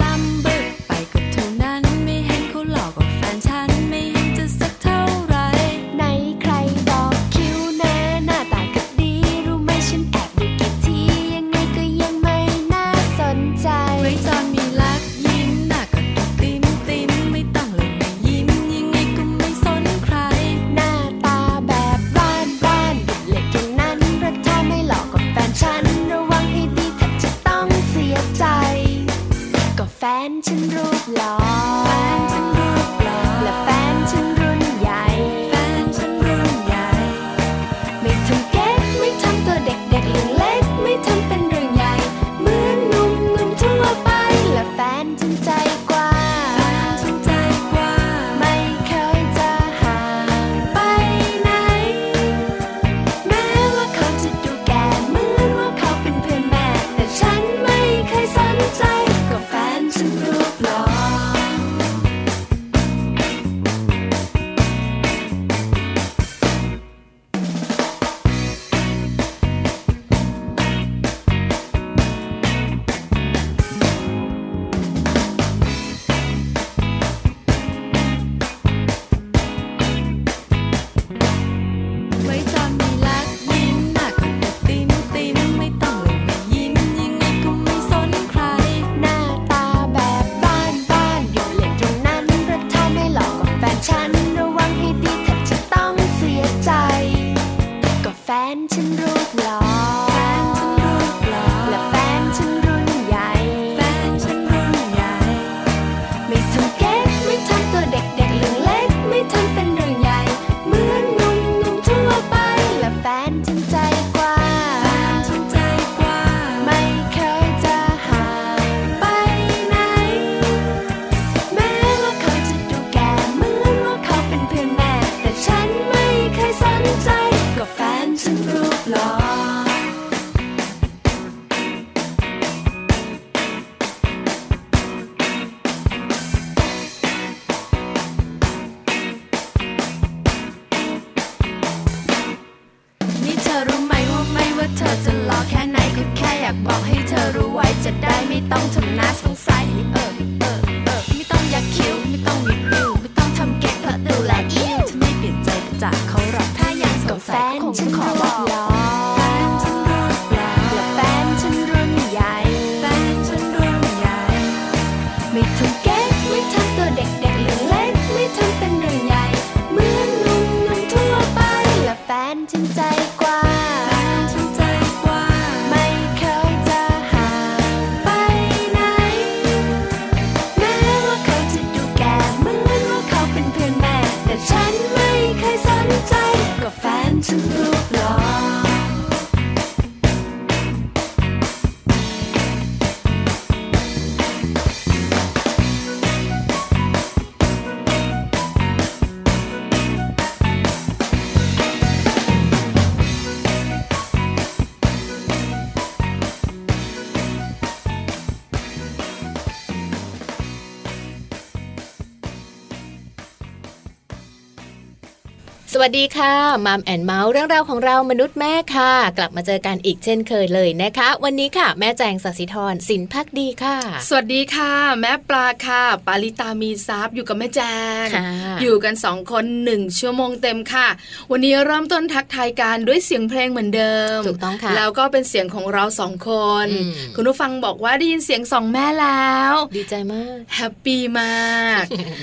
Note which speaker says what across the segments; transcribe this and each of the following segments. Speaker 1: ลำบึกไปก็เท่านั้นไม่เห็นเขาหลอกกับแฟนฉันไม่เห็นจะสักเท่าไหรไหนใครบอกคิ้วแน่หน้าตาก็ดี รู้ไหมฉันแอบดูกี่ทียังไงก็ยังไม่น่าสนใจไว้ตอนมีลักยิ้มหน้าก็ดูติ้นติ้นไม่ต้องเลยไม่ยิ้มยังไงก็ไม่สนใคร หน้าตาแบบร้านร้านดุเล็กอย่างนั้นรักเธอไม่หลอกกับแฟนฉันระวังให้ดีเธอจะต้องเสียใจ ก็แฟนฉันรูปหล่อแฟนฉันรูปหล่อและแฟนฉันรุ่นใหญ่ แฟนฉันรุ่นใหญ่ ไม่ทำเก๊กไม่ทำตัวเด็กเด็กเรื่องเล็กไม่ทำเป็นเรื่องใหญ่ เหมือนหนุ่มหนุ่มทั่วไป และแฟนฉันใจกว้างแฟนฉันใจกว้างไม่เคยจะห่างไปไหน แม้ว่าเขาจะดูแก่เหมือนว่าเขาเป็นเพื่อนแม่ แต่ฉันไม่เคยสนใจก็แฟนฉันรูปหล่อ ไว้จอนมีลักยิ้มหน้าก็ดูติ้มติ้มไม่ต้องเลยไม่ยิ้มยังไงก็ไม่สนใคร หน้าตาแบบบ้านบ้านดูเล็กตรงนั้นรักเธอไม่หลอกกับแฟนฉันระวังให้ดีเธอจะต้องเสียใจ ก็แฟนฉันรูปหล่อแฟนฉันรูปหล่อและแฟนฉันรุ่นใหญ่ แฟนฉันรุ่นใหญ่ ไม่ทำเก๊กไม่ทำตัวเด็กเด็กเรื่องเล็กไม่ทำเป็นเรื่องใหญ่ เหมือนหนุ่มหนุ่มทั่วไปและแฟนฉันใจกว้างแฟนฉันใจกว้างไม่เคยจะห่างไปไหน แม้ว่าเขาจะดูแก่เหมือนว่าเขาเป็นเพื่อนแม่ แต่ฉันไม่เคยสนใจก็แฟนฉันรูปหล่อ นี่เธอรู้ไหมว่าไม่ว่าเธอจะรอแค่ไหนก็แค่อยากบอกให้เธอรู้ไว้จะได้ไม่ต้องทำหน้าสงสัยเออเออเออไม่ต้องยักคิ้วไม่ต้องวิบิวไม่ต้องทำเก๊กเพราะดูแลอิ่วเธอไม่เปลี่ยนใจไปจากเขาหรอกถ้ายังสงสัยก็คงฉันขอบอกลอแฟนฉันรุ่นใหญ่และแฟนฉันรุ่นใหญ่แฟนฉันรุ่นใหญ่ ไม่ทำเก๊กไม่ทำตัวเด็กเด็กเรื่องเล็กไม่ทำเป็นเรื่องใหญ่ เหมือนหนุ่มหนุ่มทั่วไป และแฟนฉันใจกว้างแฟนฉันใจกว้างไม่เคยจะห่างไปไหน แม้ว่าเขาจะดูแก่เหมือนว่าเขาเป็นเพื่อนแม่ แต่ฉันไม่เคยสนใจ ก็แฟนฉันรูปหล่อ
Speaker 2: สวัสดีค่ะมัมแอนเมาส์เรื่องราวของเรามนุษย์แม่ค่ะ กลับมาเจอกันอีกเช่นเคยเลยนะคะ วันนี้ค่ะ แม่แจงสศิธรสินพักดีค่ะ
Speaker 3: สวัสดีค่ะ แม่ปลาค่ะ ปาลิตามีซับอยู่กับแม่แจง
Speaker 2: ค่ะ
Speaker 3: อยู่กันสองคนหนึ่งชั่วโมงเต็มค่ะ วันนี้เริ่มต้นทักทายกันด้วยเสียงเพลงเหมือนเดิม
Speaker 2: ถูกต้องค่ะ
Speaker 3: แล้วก็เป็นเสียงของเราสองคน
Speaker 2: อืม
Speaker 3: คุณผู้ฟังบอกว่าได้ยินเสียงสองแม่แล้ว
Speaker 2: ดีใจมาก
Speaker 3: แฮปปี้ม าก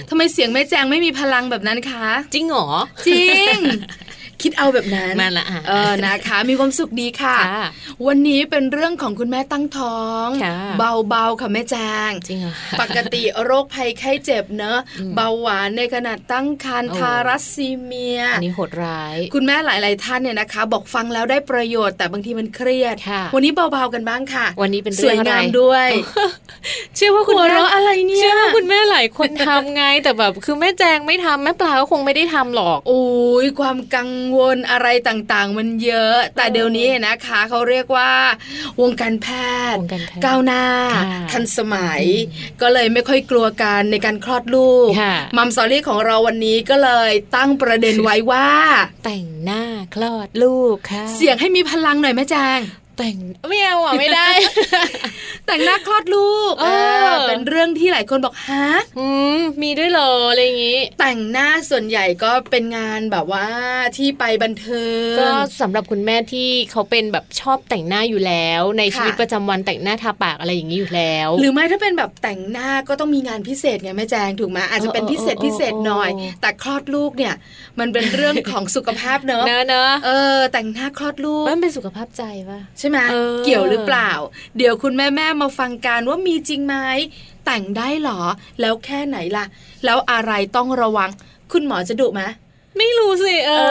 Speaker 3: ทำไมเสียงแม่แจงไม่มีพลังแบบนั้นคะ
Speaker 2: จริงเหรอ
Speaker 3: จริง คิดเอาแบบนั้น
Speaker 2: มาละอ่ะ
Speaker 3: เออนะคะ มีความสุขดีค่ะ
Speaker 2: ค่ะ
Speaker 3: วันนี้เป็นเรื่องของคุณแม่ตั้งท้อง
Speaker 2: ค่ะ
Speaker 3: เบาๆค่ะแม่แจง
Speaker 2: จริงเหรอ
Speaker 3: ปกติโรคภัยไข้เจ็บเนอะ
Speaker 2: อืม
Speaker 3: เบาหวานในขนาดตั้งครรภ์
Speaker 2: โอ้
Speaker 3: ทารัสซีเมีย
Speaker 2: อันนี้โหดร้าย
Speaker 3: คุณแม่หลาย ๆ ท่านเนี่ยนะคะ บอกฟังแล้วได้ประโยชน์แต่บางทีมันเครียด
Speaker 2: ค่ะ
Speaker 3: วันนี้เบา ๆ กันบ้างค่ะ
Speaker 2: วันนี้เป็น
Speaker 3: ส
Speaker 2: เรื่อ
Speaker 3: ว
Speaker 2: ย งอะไร
Speaker 3: งามด้วย
Speaker 2: เชื่อว่าคุณ
Speaker 3: หัว
Speaker 2: แม่
Speaker 3: เราะอะไรเนี่
Speaker 2: เชื่
Speaker 3: ย
Speaker 2: อว่าคุณแม่หลายคนทำไงแต่แบบคือแม่แจงไม่ทำแม่ปลาก็คงไม่ได้ทำหรอก
Speaker 3: โอ้ยความกังวลอะไรต่าง ๆ มันเยอะ แต่เดี๋ยวนี้นะคะเขาเรียกว่า วงการแพทย์
Speaker 2: วงการแพทย์
Speaker 3: ก้าวหน้า
Speaker 2: ค่ะ
Speaker 3: ทันสมัย ก็เลยไม่ค่อยกลัวการในการคลอดลูก
Speaker 2: ค่ะ
Speaker 3: มัมซอรี่ของเราวันนี้ก็เลยตั้งประเด็นไว้ว่า
Speaker 2: แต่งหน้าคลอดลูกค่ะ
Speaker 3: เสียงให้มีพลังหน่อยแม่แจง
Speaker 2: แต่งไม่เอาอ่ะไม่ได้
Speaker 3: แต่งหน้าคลอดลูก
Speaker 2: เออ
Speaker 3: เออเป็นเรื่องที่หลายคนบอกฮะ
Speaker 2: อืมมีด้วยเหรออะไรอย่างงี้
Speaker 3: แต่งหน้าส่วนใหญ่ก็เป็นงานแบบว่าที่ไปบันเทิง
Speaker 2: ก็สำหรับคุณแม่ที่เขาเป็นแบบชอบแต่งหน้าอยู่แล้ว ใน
Speaker 3: ค่ะ
Speaker 2: ชีวิตประจำวันแต่งหน้าทาปากอะไรอย่างนี้อยู่แล้ว
Speaker 3: หรือไม่ถ้าเป็นแบบแต่งหน้าก็ต้องมีงานพิเศษไงแม่แจงถูกไหมอาจจะเป็นพิเศษพิเศษหน่อย แต่คลอดลูกเนี่ย มันเป็นเรื่องของสุขภาพเนอะ
Speaker 2: เนอะเนอะ
Speaker 3: เออ แต่งหน้าคลอดลูก
Speaker 2: มันเป็นสุขภาพใจป่ะ
Speaker 3: ใช่ไหม
Speaker 2: เออ
Speaker 3: เกี่ยวหรือเปล่า เดี๋ยวคุณแม่แม่ๆมาฟังกันว่ามีจริงไหมแต่งได้เหรอ แล้วแค่ไหนล่ะ แล้วอะไรต้องระวัง คุณหมอจะดุไหม
Speaker 2: ไม่รู้สิเอ
Speaker 3: เอ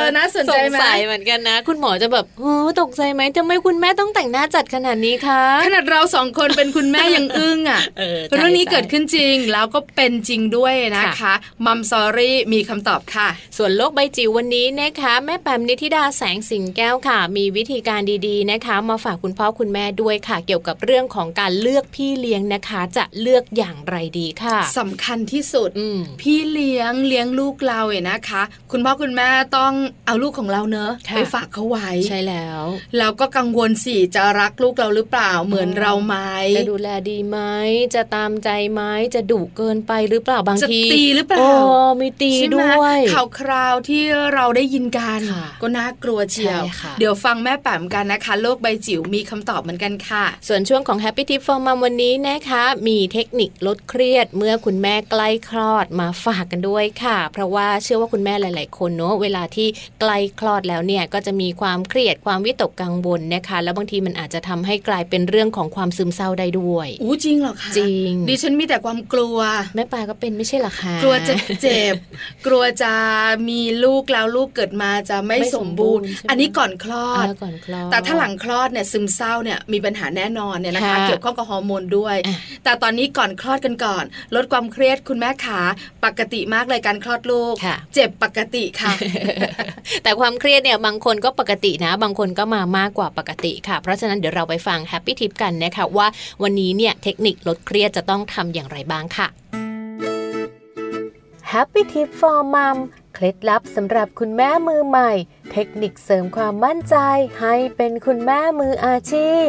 Speaker 2: อ
Speaker 3: อน่าสนใจไหม
Speaker 2: งสัยเหมือนกันนะ คุณหมอจะแบบโอ้ตกใจไหมทำไมคุณแม่ต้องแต่งหน้าจัดขนาดนี้คะ
Speaker 3: ขนาดเราสองคนเป็นคุณแม่ ยังอึ้งอ่ะ
Speaker 2: เออใช่
Speaker 3: เรื่องนี้เกิดขึ้นจริงแล้วก็เป็นจริงด้วยนะ
Speaker 2: ค่ะ
Speaker 3: คะมัมซอรี่มีคำตอบค่ะ
Speaker 2: ส่วนโลกใบจิ๋ววันนี้นะคะ แม่แปมนิธิดาแสงสิงแก้วค่ะ มีวิธีการดีๆนะคะ มาฝากคุณพ่อคุณแม่ด้วยค่ะ เกี่ยวกับเรื่องของการเลือกพี่เลี้ยงนะคะ จะเลือกอย่างไรดีค่ะ
Speaker 3: สำคัญที่สุด
Speaker 2: อืม
Speaker 3: พี่เลี้ยงเลี้ยงลูกเราเนี่ยนะคะ คุณพ่อคุณแม่ต้องเอาลูกของเราเนอะ
Speaker 2: ค่ะ
Speaker 3: ไปฝากเขาไว้
Speaker 2: ใช่แล้ว
Speaker 3: แล้วก็กังวลสิจะรักลูกเราหรือเปล่าเหมือนเราไหม
Speaker 2: จะดูแลดีไหม จะตามใจไหม จะดุเกินไปหรือเปล่าบาง
Speaker 3: จะ
Speaker 2: ที
Speaker 3: ตีหรือเป
Speaker 2: โอ้
Speaker 3: ล่า
Speaker 2: มีตี
Speaker 3: ใช่ไหม
Speaker 2: ด้วย
Speaker 3: ข่าวคราวที่เราได้ยินกัน
Speaker 2: ค่ะ
Speaker 3: ก็น่ากลัวเชียว
Speaker 2: ใช่ค่ะ
Speaker 3: เดี๋ยวฟังแม่แปมกันนะคะ โลกใบจิ๋วมีคำตอบเหมือนกันค่ะ
Speaker 2: ส่วนช่วงของ Happy Tip for Mom วันนี้นะคะ มีเทคนิคลดเครียด เมื่อคุณแม่ใกล้คลอดมาฝากกันด้วยค่ะ เพราะว่าเชื่อว่าคุณแม่หลาย ๆ คนเนอะเวลาที่ใกล้คลอดแล้วเนี่ย ก็จะมีความเครียดความวิตกกังวลนะคะ แล้วบางทีมันอาจจะทำให้กลายเป็นเรื่องของความซึมเศร้าได้ด้วย
Speaker 3: อู้จริงเหรอคะ
Speaker 2: จริง
Speaker 3: ดิฉันมีแต่ความกลัว
Speaker 2: แม่ปลาก็เป็นไม่ใช่เหรอคะ
Speaker 3: กลัวจะเจ็บ กลัวจะมีลูกแล้วลูกเกิดมาจะไม่
Speaker 2: ไม่ส
Speaker 3: ส
Speaker 2: ม
Speaker 3: ม
Speaker 2: บู
Speaker 3: บู
Speaker 2: ร
Speaker 3: ร
Speaker 2: ณ์
Speaker 3: ณ์
Speaker 2: ใช่ไหม
Speaker 3: อันนี้ก่อนคลอ
Speaker 2: อ่า
Speaker 3: ด
Speaker 2: ก่อนคลอด
Speaker 3: แต่ถ้าหลังคลอดเนี่ยซึมเศร้าเนี่ยมีปัญหาแน่นอนเนี่ยนะคะ
Speaker 2: ค่ะ
Speaker 3: เกี่ยวข้องกับฮอร์โมนด้วย
Speaker 2: อ่ะ
Speaker 3: แต่ตอนนี้ก่อนคลอดกันก่อน ลดความเครียดคุณแม่ขาปกติมากเลยการคลอดลูก
Speaker 2: ค่ะ
Speaker 3: เจ็บปกติค่ะ
Speaker 2: แต่ความเครียดเนี่ยบางคนก็ปกตินะ บางคนก็มามากกว่าปกติค่ะ เพราะฉะนั้นเดี๋ยวเราไปฟังแฮปปี้ทิปกันนะคะว่าวันนี้เนี่ยเทคนิคลดเครียดจะต้องทำอย่างไรบ้างค่ะ Happy Tip for Mom เคล็ดลับสำหรับคุณแม่มือใหม่ เทคนิคเสริมความมั่นใจให้เป็นคุณแม่มืออาชีพ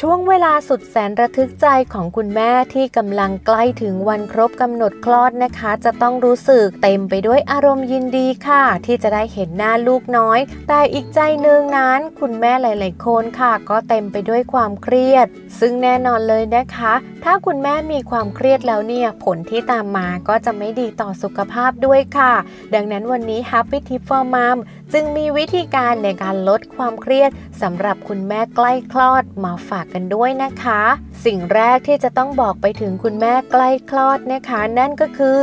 Speaker 2: ช่วงเวลาสุดแสนระทึกใจของคุณแม่ที่กำลังใกล้ถึงวันครบกำหนดคลอดนะคะ จะต้องรู้สึกเต็มไปด้วยอารมณ์ยินดีค่ะ ที่จะได้เห็นหน้าลูกน้อย แต่อีกใจหนึ่งนั้น คุณแม่หลาย ๆ คนค่ะ ก็เต็มไปด้วยความเครียด ซึ่งแน่นอนเลยนะคะ ถ้าคุณแม่มีความเครียดแล้วเนี่ยผลที่ตามมาก็จะไม่ดีต่อสุขภาพด้วยค่ะ ดังนั้นวันนี้ Happy Tip for Mom จึงมีวิธีการในการลดความเครียดสำหรับคุณแม่ใกล้คลอดมาฝากกันด้วยนะคะ สิ่งแรกที่จะต้องบอกไปถึงคุณแม่ใกล้คลอดนะคะ นั่นก็คือ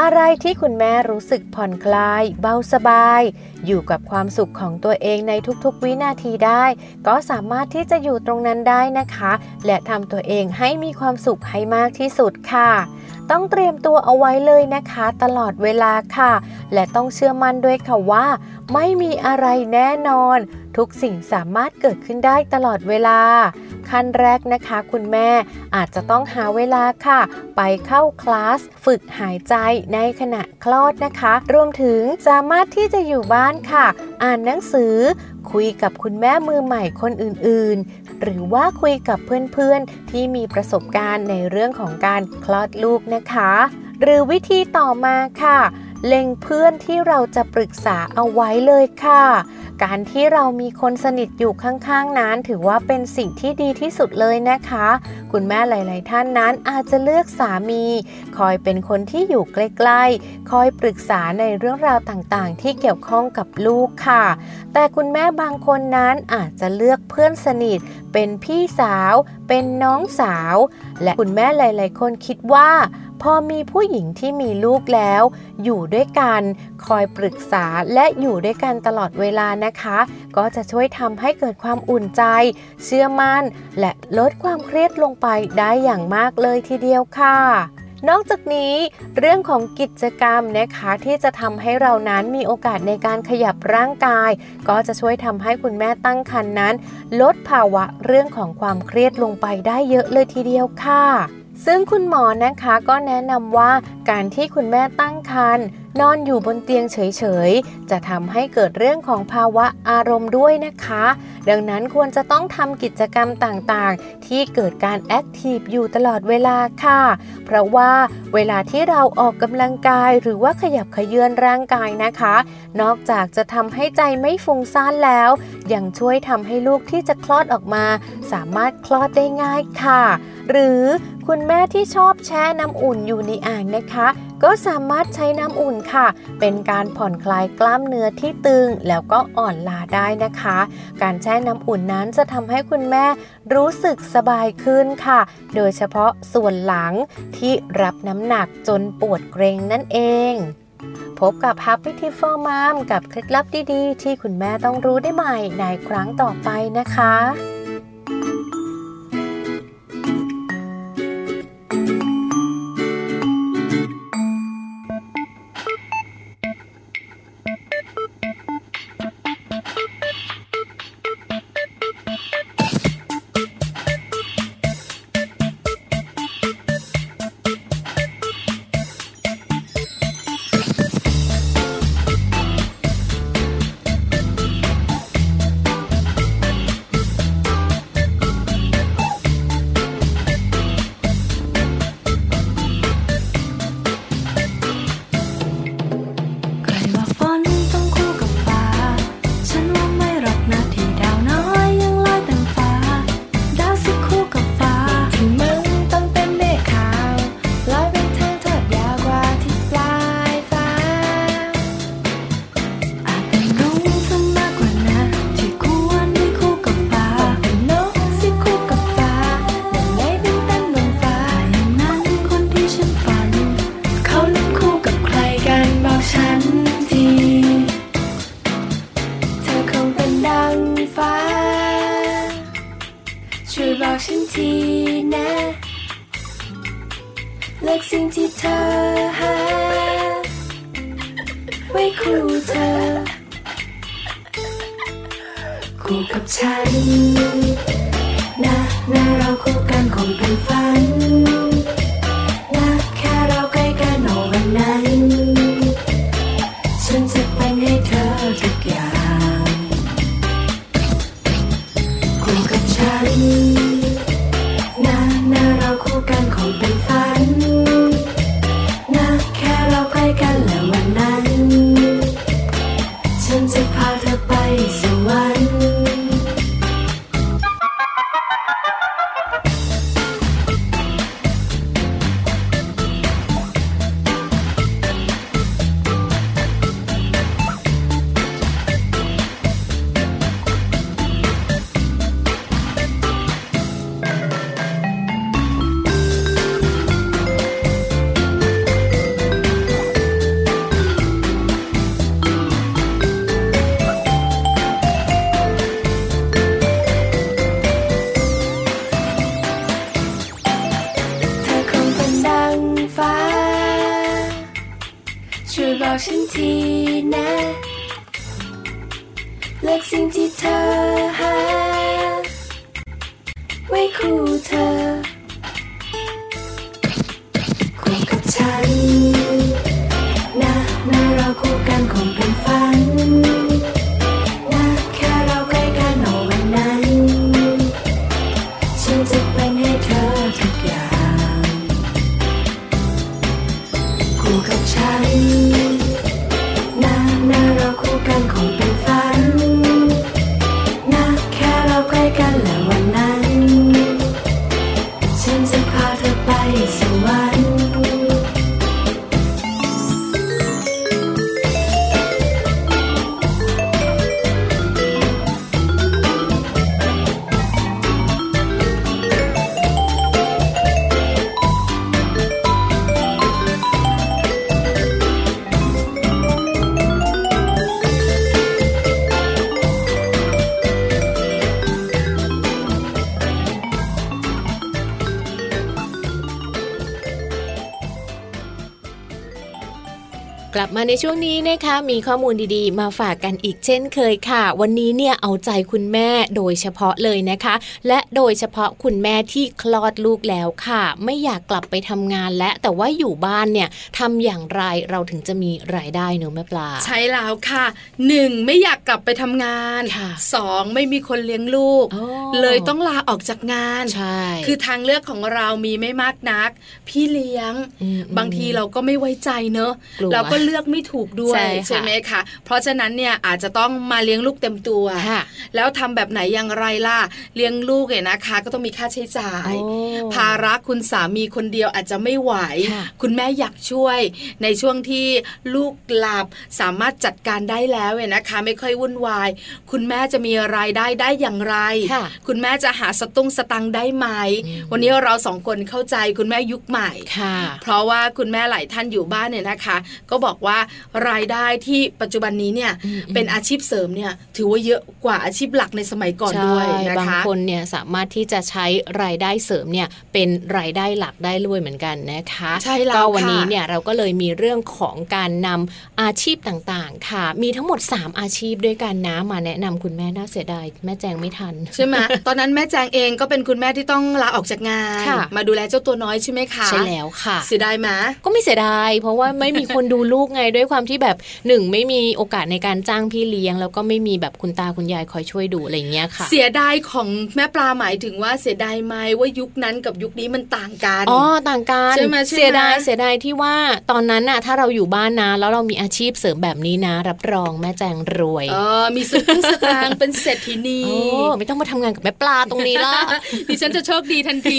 Speaker 2: อะไรที่คุณแม่รู้สึกผ่อนคลาย เบาสบาย อยู่กับความสุขของตัวเองในทุกๆ วินาทีได้ ก็สามารถที่จะอยู่ตรงนั้นได้นะคะ และทำตัวเองให้มีความสุขให้มากที่สุดค่ะ ต้องเตรียมตัวเอาไว้เลยนะคะ ตลอดเวลาค่ะ และต้องเชื่อมั่นด้วยค่ะว่า ไม่มีอะไรแน่นอน ทุกสิ่งสามารถเกิดขึ้นได้ตลอดเวลา ขั้นแรกนะคะ คุณแม่อาจจะต้องหาเวลาค่ะ ไปเข้าคลาส ฝึกหายใจในขณะคลอดนะคะ รวมถึงสามารถที่จะอยู่บ้านค่ะ อ่านหนังสือ คุยกับคุณแม่มือใหม่คนอื่นๆ หรือว่าคุยกับเพื่อนๆ ที่มีประสบการณ์ในเรื่องของการคลอดลูกนะคะ หรือวิธีต่อมาค่ะ เล็งเพื่อนที่เราจะปรึกษาเอาไว้เลยค่ะ การที่เรามีคนสนิทอยู่ข้างๆ นั้น ถือว่าเป็นสิ่งที่ดีที่สุดเลยนะคะ คุณแม่หลาย ๆ ท่านนั้นอาจจะเลือกสามี คอยเป็นคนที่อยู่ใกล้ๆ คอยปรึกษาในเรื่องราวต่างๆ ที่เกี่ยวข้องกับลูกค่ะ แต่คุณแม่บางคนนั้นอาจจะเลือกเพื่อนสนิท เป็นพี่สาว เป็นน้องสาว และคุณแม่หลาย ๆ คนคิดว่า พอมีผู้หญิงที่มีลูกแล้ว อยู่ด้วยกัน คอยปรึกษาและอยู่ด้วยกันตลอดเวลานะคะ ก็จะช่วยทำให้เกิดความอุ่นใจ เชื่อมั่น และลดความเครียดลงไปได้อย่างมากเลยทีเดียวค่ะ นอกจากนี้เรื่องของกิจกรรมนะคะที่จะทำให้เรานั้นมีโอกาสในการขยับร่างกาย ก็จะช่วยทำให้คุณแม่ตั้งครรภ์นั้น ลดภาวะเรื่องของความเครียดลงไปได้เยอะเลยทีเดียวค่ะ ซึ่งคุณหมอนะคะก็แนะนำว่าการที่คุณแม่ตั้งครรภ์นอนอยู่บนเตียงเฉยๆ จะทำให้เกิดเรื่องของภาวะอารมณ์ด้วยนะคะ ดังนั้นควรจะต้องทำกิจกรรมต่างๆ ที่เกิดการแอคทีฟอยู่ตลอดเวลาค่ะ เพราะว่าเวลาที่เราออกกำลังกายหรือว่าขยับเขยื้อนร่างกายนะคะ นอกจากจะทำให้ใจไม่ฟุ้งซ่านแล้ว ยังช่วยทำให้ลูกที่จะคลอดออกมา สามารถคลอดได้ง่ายค่ะ หรือคุณแม่ที่ชอบแช่น้ำอุ่นอยู่ในอ่างนะคะ ก็สามารถใช้น้ำอุ่นค่ะ เป็นการผ่อนคลายกล้ามเนื้อที่ตึง แล้วก็อ่อนล้าได้นะคะ การแช่น้ำอุ่นนั้นจะทำให้คุณแม่รู้สึกสบายขึ้นค่ะ โดยเฉพาะส่วนหลังที่รับน้ำหนักจนปวดเกรงนั่นเอง พบกับ Happy t i p for Mom กับเคล็ดลับดีๆ ที่คุณแม่ต้องรู้ได้ใหม่ในครั้งต่อไปนะคะ
Speaker 4: ใครว่าฝนต้องคู่กับฟ้า ฉันว่าไม่หรอกนะที่ดาวน้อยยังลอยเต็มฟ้า ดาวสิคู่กับฟ้า ที่มึงต้องเป็นเมฆขาวลอยไปทางทอดยาวกว่าที่ปลายฟ้า อาจเป็นนกซึ่งมากกว่านะที่ควรไม่คู่กับฟ้าเป็นนกที่คู่กับฟ้าแต่ในดินเต้นบนฟ้าอย่างนั้นคนที่ฉันฝัน เขาเล่นคู่กับใครกันบอกฉันที เธอคงเป็นดังฟ้า ช่วยบอกฉันทีนะ เลือกสิ่งที่เธอหา ไว้คู่เธอ คู่กับฉัน นะนะเราคู่กันคงเป็นฝัน นะแค่เราใกล้กันเอาวันนั้น ฉันจะเป็นให้เธอทุกอย่างคู่กับฉัน นะนะเราคู่กันคงเป็นฝัน นะแค่เราใกล้กันและวันนั้น ฉันจะพาเธอไปสวรรค์ เธอคงเป็นดังฟ้า ช่วยบอกฉันทีนะ เลือกสิ่งที่เธอหา ไว้คู่เธอ คู่กับฉัน นะนะเราคู่กันคงเป็นฝัน นะแค่เราใกล้กันเอาวันนั้น ฉันจะเป็นให้เธอทุกอย่างคู่กับฉันนะนะเราคู่กันคงเป็นฝัน
Speaker 5: กลับมาในช่วงนี้นะคะ มีข้อมูลดีๆ มาฝากกันอีกเช่นเคยค่ะ วันนี้เนี่ยเอาใจคุณแม่โดยเฉพาะเลยนะคะ และโดยเฉพาะคุณแม่ที่คลอดลูกแล้วค่ะ ไม่อยากกลับไปทำงานและแต่ว่าอยู่บ้านเนี่ยทำอย่างไรเราถึงจะมีรายได้เนอะแม่ปลา
Speaker 3: ใช้แล้วค่ะหนึ่งไม่อยากกลับไปทำงาน
Speaker 5: ค่ะ
Speaker 3: สองไม่มีคนเลี้ยงลูก
Speaker 5: อ๋อ
Speaker 3: เลยต้องลาออกจากงาน
Speaker 5: ใช่
Speaker 3: คือทางเลือกของเรามีไม่มากนัก พี่เลี้ยง
Speaker 5: ม
Speaker 3: บางทีเราก็ไม่ไว้ใจเนอะ
Speaker 5: กลัว
Speaker 3: เราก็เลือกไม่ถูกด้วย
Speaker 5: ใช่ค่ะ
Speaker 3: ไหมคะเพราะฉะนั้นเนี่ยอาจจะต้องมาเลี้ยงลูกเต็มตัว
Speaker 5: ค่ะ
Speaker 3: แล้วทำแบบไหนอย่างไรล่ะเลี้ยงลูกเนี่ยนะคะ ก็ต้องมีค่าใช้จ่าย
Speaker 5: โอ้
Speaker 3: ภาระคุณสามีคนเดียวอาจจะไม่ไหว
Speaker 5: ค่ะ
Speaker 3: คุณแม่อยากช่วย ในช่วงที่ลูกหลับสามารถจัดการได้แล้วเนี่ยนะคะ ไม่ค่อยวุ่นวาย คุณแม่จะมีรายได้ได้อย่างไร
Speaker 5: ค่ะ
Speaker 3: คุณแม่จะหาสตุ้งสตังค์ได้ไหม
Speaker 5: อืม
Speaker 3: วันนี้เราสองคนเข้าใจคุณแม่ยุคใหม่
Speaker 5: ค่ะ
Speaker 3: เพราะว่าคุณแม่หลายท่านอยู่บ้านเนี่ยนะคะ ก็บอกว่ารายได้ที่ปัจจุบันนี้เนี่ย
Speaker 5: อืม
Speaker 3: เป็นอาชีพเสริมเนี่ยถือว่าเยอะกว่าอาชีพหลักในสมัยก่อนด้วย
Speaker 5: ใช่
Speaker 3: นะคะ
Speaker 5: บางคนเนี่ยสามารถที่จะใช้รายได้เสริมเนี่ยเป็นรายได้หลักได้ด้วยเหมือนกันนะคะ
Speaker 3: ใช่แล้ว
Speaker 5: ก็วัน
Speaker 3: ค่ะ
Speaker 5: นี้เนี่ยเราก็เลยมีเรื่องของการนำอาชีพต่างๆ ค่ะ มีทั้งหมด 3 อาชีพด้วยกันนะมาแนะนำคุณแม่น่าเสียดายแม่แจงไม่ทัน
Speaker 3: ใช่ไหม ตอนนั้นแม่แจงเองก็เป็นคุณแม่ที่ต้องลาออกจากงาน
Speaker 5: ค่ะ
Speaker 3: มาดูแลเจ้าตัวน้อยใช่ไหมคะ
Speaker 5: ใช่แล้วค่ะ
Speaker 3: เสียดายไหม
Speaker 5: ก็ไม่เสียดายเพราะว่าไม่มีคนดูลูกไงด้วยความที่แบบหนึ่งไม่มีโอกาสในการจ้างพี่เลี้ยง แล้วก็ไม่มีแบบคุณตาคุณยายคอยช่วยดูอะไรอย่างเงี้ยค่ะ
Speaker 3: เสียดายของแม่ปลาหมายถึงว่าเสียดายไหมว่ายุคนั้นกับยุคนี้มันต่างกัน
Speaker 5: อ๋อต่างกัน
Speaker 3: ใช่ไหมใช่ไหม
Speaker 5: เสียดายเสียดายที่ว่าตอนนั้นน่ะถ้าเราอยู่บ้านนะ แล้วเรามีอาชีพเสริมแบบนี้นะ รับรองแม่แจงรวย
Speaker 3: เออมีสตุ้งสตางค์เป็นเศรษฐีนี
Speaker 5: โอ้ไม่ต้องมาทำงานกับแม่ปลาตรงนี้ละ
Speaker 3: ดิฉันจะโชคดีทันที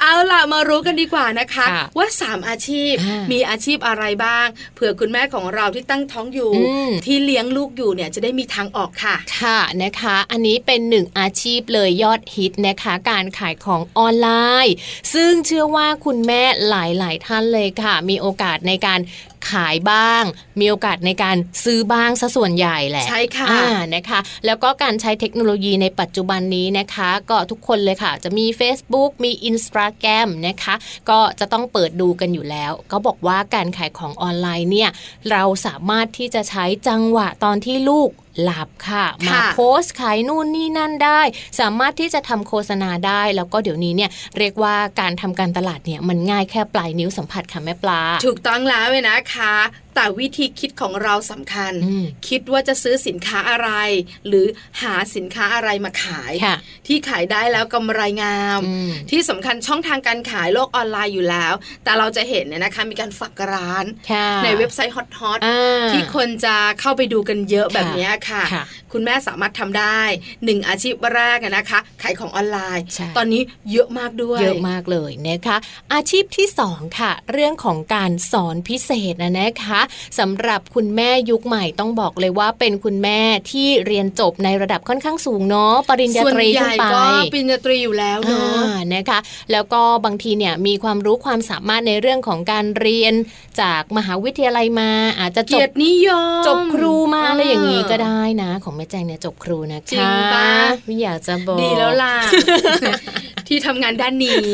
Speaker 3: เอาล่ะมารู้กันดีกว่านะคะ
Speaker 5: ค่ะ
Speaker 3: ว่า 3 อาชีพ
Speaker 5: อ่ามี
Speaker 3: มีอาชีพอะไรบ้างเผื่อคุณแม่ของเราที่ตั้งท้องอยู่
Speaker 5: อืม
Speaker 3: ที่เลี้ยงลูกอยู่เนี่ยจะได้มีทางออกค่ะ
Speaker 5: ค่ะนะคะ อันนี้เป็นหนึ่งอาชีพเลยยอดฮิตนะคะ การขายของออนไลน์ ซึ่งเชื่อว่าคุณแม่หลาย ๆ ท่านเลยค่ะ มีโอกาสในการขายบ้าง มีโอกาสในการซื้อบ้างซะส่วนใหญ่แหละ
Speaker 3: ใช่ค่ะ
Speaker 5: อ่านะคะ แล้วก็การใช้เทคโนโลยีในปัจจุบันนี้นะคะ ก็ทุกคนเลยค่ะ จะมี Facebook มี Instagram นะคะ ก็จะต้องเปิดดูกันอยู่แล้ว ก็บอกว่าการขายของออนไลน์เนี่ย เราสามารถที่จะใช้จังหวะตอนที่ลูกหลับค่ะ มา
Speaker 3: ค่ะ
Speaker 5: โพสต์ขายนู่นนี่นั่นได้ สามารถที่จะทำโฆษณาได้ แล้วก็เดี๋ยวนี้เนี่ยเรียกว่าการทำการตลาดเนี่ยมันง่ายแค่ปลายนิ้วสัมผัสค่ะแม่ปลา
Speaker 3: ถูกต้องแล้วเลยนะคะ แต่วิธีคิดของเราสำคัญ
Speaker 5: อืม
Speaker 3: คิดว่าจะซื้อสินค้าอะไร หรือหาสินค้าอะไรมาขาย
Speaker 5: ค่ะ
Speaker 3: ที่ขายได้แล้วกำไรงาม
Speaker 5: อืม
Speaker 3: ที่สำคัญช่องทางการขายโลกออนไลน์อยู่แล้ว แต่เราจะเห็นเนี่ยนะคะมีการฝากร้าน
Speaker 5: ค่ะ
Speaker 3: ในเว็บไซต์ฮอต
Speaker 5: อ่า
Speaker 3: ๆที่คนจะเข้าไปดูกันเยอะ
Speaker 5: ค่ะ
Speaker 3: แบบเนี้ยค่ะ
Speaker 5: ค่ะ
Speaker 3: คุณแม่สามารถทำได้หนึ่งอาชีพแรกอะนะคะ ขายของออนไลน์
Speaker 5: ใช่
Speaker 3: ตอนนี้เยอะมากด้วย
Speaker 5: เยอะมากเลยนะคะ อาชีพที่ 2 ค่ะ เรื่องของการสอนพิเศษนะนะคะสำหรับคุณแม่ยุคใหม่ต้องบอกเลยว่าเป็นคุณแม่ที่เรียนจบในระดับค่อนข้างสูงเนาะปริญญา
Speaker 3: ส่วน
Speaker 5: ตรี
Speaker 3: ให
Speaker 5: ขึ้น
Speaker 3: ญ่
Speaker 5: ไป
Speaker 3: ก็ปริญญาตรีอยู่แล้วเนาะ
Speaker 5: อ่านะคะ แล้วก็บางทีเนี่ยมีความรู้ความสามารถในเรื่องของการเรียนจากมหาวิทยาลัยมา อาจจะจ
Speaker 3: เกียร
Speaker 5: บ
Speaker 3: ตินิยม
Speaker 5: จบครูมาอะไรอย่างนี้ก็
Speaker 3: เ
Speaker 5: ได้นะ ของแม่แจงเนี่ยจบครูนะคะ
Speaker 3: จริงปะ
Speaker 5: ไม่อยากจะบอก
Speaker 3: ดีแล้ว ล่ะ ที่ทำงานด้านนี้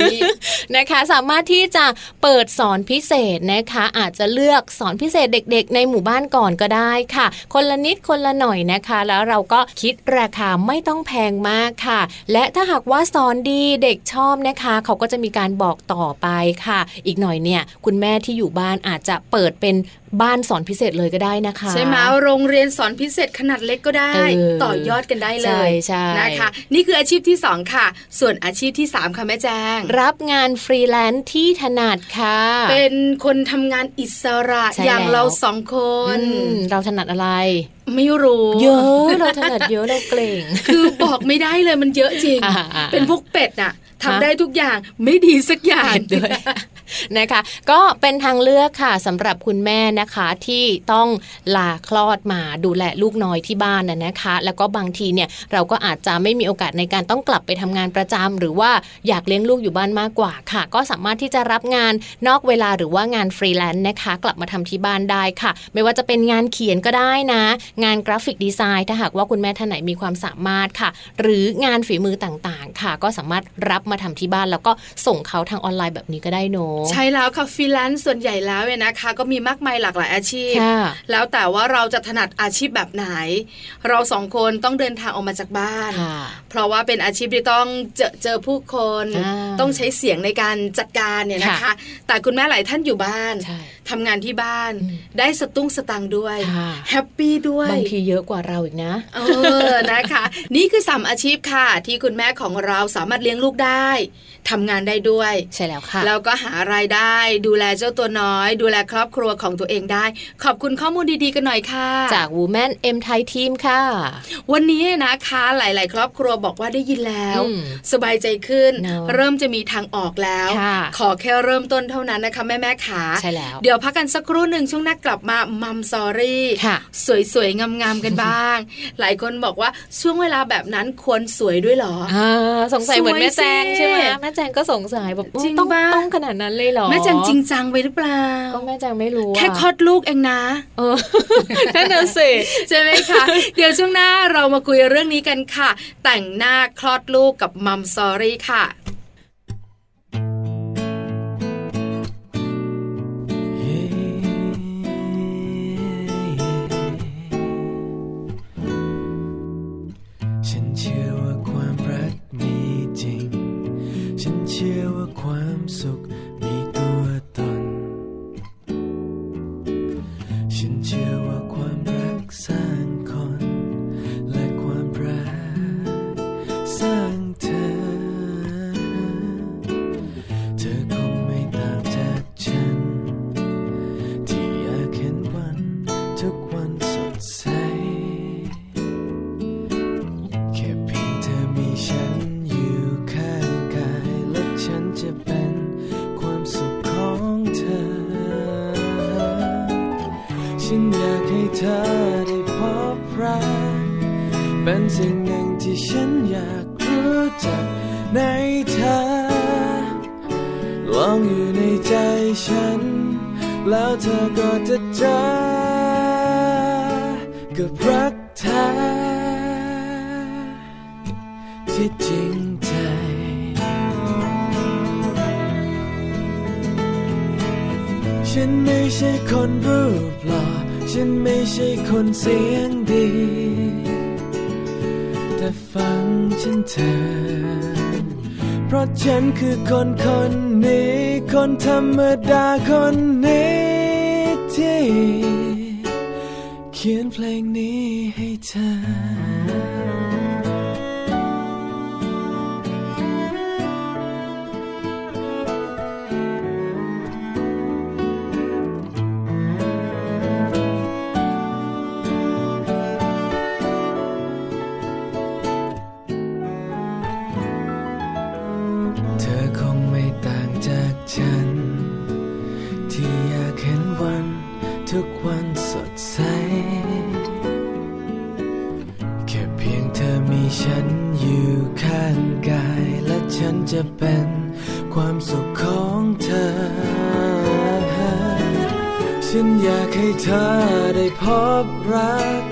Speaker 5: นะคะสามารถที่จะเปิดสอนพิเศษนะคะ อาจจะเลือกสอนพิเศษเด็กๆ ในหมู่บ้านก่อนก็ได้ค่ะ คนละนิดคนละหน่อยนะคะ แล้วเราก็คิดราคาไม่ต้องแพงมากค่ะ และถ้าหากว่าสอนดีเด็กชอบนะคะ เขาก็จะมีการบอกต่อไปค่ะ อีกหน่อยเนี่ยคุณแม่ที่อยู่บ้านอาจจะเปิดเป็นบ้านสอนพิเศษเลยก็ได้นะคะ
Speaker 3: ใช่ไหมโรงเรียนสอนพิเศษขนาดเล็กก็ได้
Speaker 5: เออ
Speaker 3: ต่อยอดกันได้เล
Speaker 5: ใช่
Speaker 3: ย
Speaker 5: ใช่
Speaker 3: นะคะ นี่คืออาชีพที่ 2 ค่ะ ส่วนอาชีพที่ 3 ค่ะแม่แจ้ง
Speaker 5: รับงานฟรีแลนซ์ที่ถนัดค่ะ
Speaker 3: เป็นคนทำงานอิสระ
Speaker 5: ใช่
Speaker 3: อย่างเรา
Speaker 5: แล้ว
Speaker 3: สองคน
Speaker 5: อืมเราถนัดอะไร
Speaker 3: ไม่รู้
Speaker 5: เยอะเราถนัดเยอะเราเกรง
Speaker 3: คือบอกไม่ได้เลยมันเยอะจริง
Speaker 5: อ่าอ่า
Speaker 3: เป็นพวกเป็ดน่ะทำ
Speaker 5: ฮะ
Speaker 3: ได้ทุกอย่างไม่ดีสักอย่าง
Speaker 5: เห็นด้วย นะคะ ก็เป็นทางเลือกค่ะสำหรับคุณแม่นะคะที่ต้องลาคลอดมาดูแลลูกน้อยที่บ้านนะนะคะ แล้วก็บางทีเนี่ยเราก็อาจจะไม่มีโอกาสในการต้องกลับไปทำงานประจำหรือว่าอยากเลี้ยงลูกอยู่บ้านมากกว่าค่ะ ก็สามารถที่จะรับงานนอกเวลาหรือว่างานฟรีแลนซ์นะคะ กลับมาทำที่บ้านได้ค่ะ ไม่ว่าจะเป็นงานเขียนก็ได้นะ งานกราฟิกดีไซน์ถ้าหากว่าคุณแม่ท่านไหนมีความสามารถค่ะ หรืองานฝีมือต่างๆ ค่ะ ก็สามารถรับมาทำที่บ้านแล้วก็ส่งเขาทางออนไลน์แบบนี้ก็ได้เนอะ
Speaker 3: ใช่แล้วค่ะฟรีแลนซ์ส่วนใหญ่แล้วเนี่ยนะคะ ก็มีมากมายหลากหลายอาชีพ
Speaker 5: ค่ะ
Speaker 3: แล้วแต่ว่าเราจะถนัดอาชีพแบบไหน เราสองคนต้องเดินทางออกมาจากบ้าน
Speaker 5: ค่ะ
Speaker 3: เพราะว่าเป็นอาชีพที่ต้องเจอเจอผู้คน
Speaker 5: อ่า
Speaker 3: ต้องใช้เสียงในการจัดการเนี่ยนะคะ
Speaker 5: ค่ะ
Speaker 3: แต่คุณแม่หลายท่านอยู่บ้าน
Speaker 5: ใช่
Speaker 3: ทำงานที่บ้าน
Speaker 5: อืม
Speaker 3: ได้สตุ้งสตังค์ด้วย
Speaker 5: ค่ะ
Speaker 3: แฮปปี้ด้วย
Speaker 5: บางทีเยอะกว่าเราอีกนะ
Speaker 3: เออ นะคะ นี่คือสามอาชีพค่ะ ที่คุณแม่ของเราสามารถเลี้ยงลูกได้ทำงานได้ด้วย
Speaker 5: ใช่แล้วค่ะ
Speaker 3: แล้วก็หารายได้ ดูแลเจ้าตัวน้อย ดูแลครอบครัวของตัวเองได้ ขอบคุณข้อมูลดีๆกันหน่อยค่ะ
Speaker 5: จาก Woman M Thai Team ค่ะ
Speaker 3: วันนี้นะคะหลาย ๆ ครอบครัวบอกว่าได้ยินแล้ว
Speaker 5: อืม
Speaker 3: สบายใจขึ้น
Speaker 5: เนอะ
Speaker 3: เริ่มจะมีทางออกแล้ว
Speaker 5: ค่ะ
Speaker 3: ขอแค่เริ่มต้นเท่านั้นนะคะแม่แม่ๆขา
Speaker 5: ใช่แล้ว
Speaker 3: เดี๋ยวพักกันสักครู่หนึ่งช่วงหน้ากลับมามัมซอรี่
Speaker 5: ค่ะ
Speaker 3: สวย ๆ งาม ๆ กันบ้าง หลายคนบอกว่าช่วงเวลาแบบนั้นควรสวยด้วยเหรอ
Speaker 5: อ่าสงสัยเหมือนแม่แจง
Speaker 3: สวยสิ
Speaker 5: ใช่ไหมแม่แจงก็สงสัยแบบ
Speaker 3: จริง
Speaker 5: ต้อง
Speaker 3: ปะ
Speaker 5: ต้องขนาดนั้นเลยเหรอ
Speaker 3: แม่แจงจริงจังไปหรือเปล่า
Speaker 5: ก็แม่แจงไม่รู้ะ
Speaker 3: แค่คลอดลูกเองนะ
Speaker 5: เออ นั่นน่ะสิ
Speaker 3: ใช่ไหมคะ เดี๋ยวช่วงหน้าเรามาคุยเรื่องนี้กันค่ะ แต่งหน้าคลอดลูกกับมัมซอรี่ค่ะ
Speaker 6: ฉันเชื่อว่าความรักมีจริง ฉันเชื่อว่าความสุขมีตัวตน ฉันเชื่อว่าความรักสร้างคน และความรักสร้างเธอ เธอคงไม่ต่างจากฉัน ที่อยากเห็นวัน ทุกวันสดใส แค่เพียงเธอมีฉันอยู่ข้างกาย และฉันจะเป็นความสุขของเธอ ฉันอยากให้เธอได้พบรัก เป็นสิ่งหนึ่งที่ฉันอยากรู้จักในเธอ ลองอยู่ในใจฉัน แล้วเธอก็จะเจอกับรักแท้ที่จริงใจ ฉันไม่ใช่คนรูปหล่อ ฉันไม่ใช่คนเสียงดี แต่ฟังฉันเถอะ เพราะฉันคือคนคนนี้ คนธรรมดาคนนี้ที่เขียนเพลงนี้ให้เธอ เธอคงไม่ต่างจากฉัน ที่อยากเห็นวันทุกวันสดใส แค่เพียงเธอมีฉันอยู่ข้างกาย และฉันจะเป็นความสุขของเธอ ฉันอยากให้เธอได้พบรัก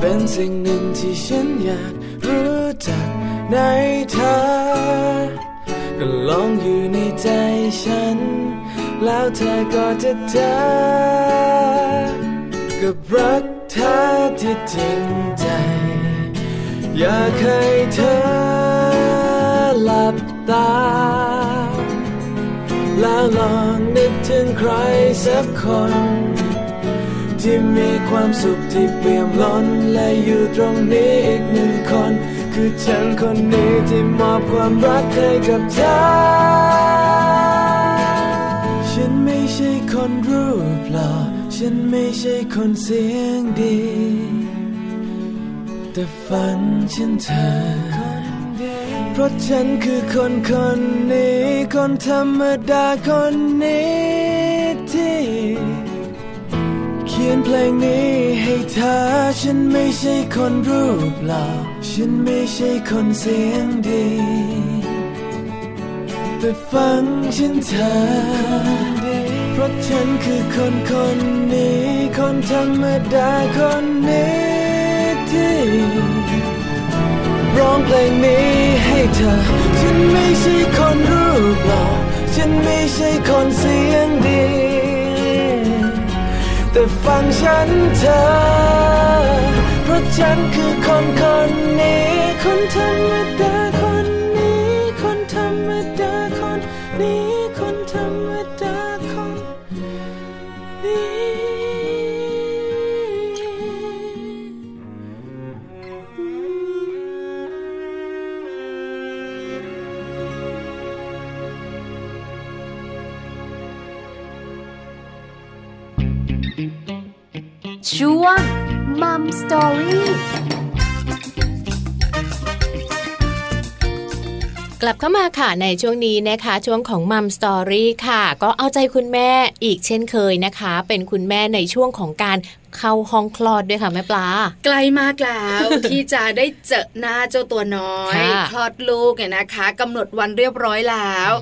Speaker 6: เป็นสิ่งหนึ่งที่ฉันอยากรู้จักในเธอ ก็ลองอยู่ในใจฉัน แล้วเธอก็จะเจอกับรักเธอที่จริงใจ อยากให้เธอหลับตา แล้วลองนึกถึงใครสักคน ที่มีความสุขที่เปี่ยมล้นและอยู่ตรงนี้อีกหนึ่งคน คือฉันคนนี้ที่มอบความรักให้กับเธอ ฉันไม่ใช่คนรูปหล่อฉันไม่ใช่คนเสียงดี แต่ฝันฉันเธอ เพราะฉันคือคนคนนี้ คนธรรมดาคนนี้ที่ เขียนเพลงนี้ให้เธอ ฉันไม่ใช่คนรูปหล่อ ฉันไม่ใช่คนเสียงดี แต่ฟังฉันเธอ เพราะฉันคือคนคนนี้ คนธรรมดาคนนี้ที่ ร้องเพลงนี้ให้เธอ ฉันไม่ใช่คนรูปหล่อ ฉ ฉันไม่ใช่คนเสียงดี แต่ฟังฉันเธอ เพราะฉันคือคนคนนี้ คนธรรมดาคนนี้ คนธรรมดาคนนี้ คนธรรมดาคนนี้
Speaker 4: ช่วงมัมสตอรี่
Speaker 5: กลับเข้ามาค่ะในช่วงนี้นะคะ ช่วงของมัมสตอรี่ค่ะ ก็เอาใจคุณแม่อีกเช่นเคยนะคะ เป็นคุณแม่ในช่วงของการเข้าห้องคลอดด้วยค่ะแม่ปลา
Speaker 3: ไกลมากแล้ว ที่จะได้เจอหน้าเจ้าตัวน้อย
Speaker 5: ค่ะ
Speaker 3: คลอดลูกเนี่ยนะคะกำหนดวันเรียบร้อยแล้ว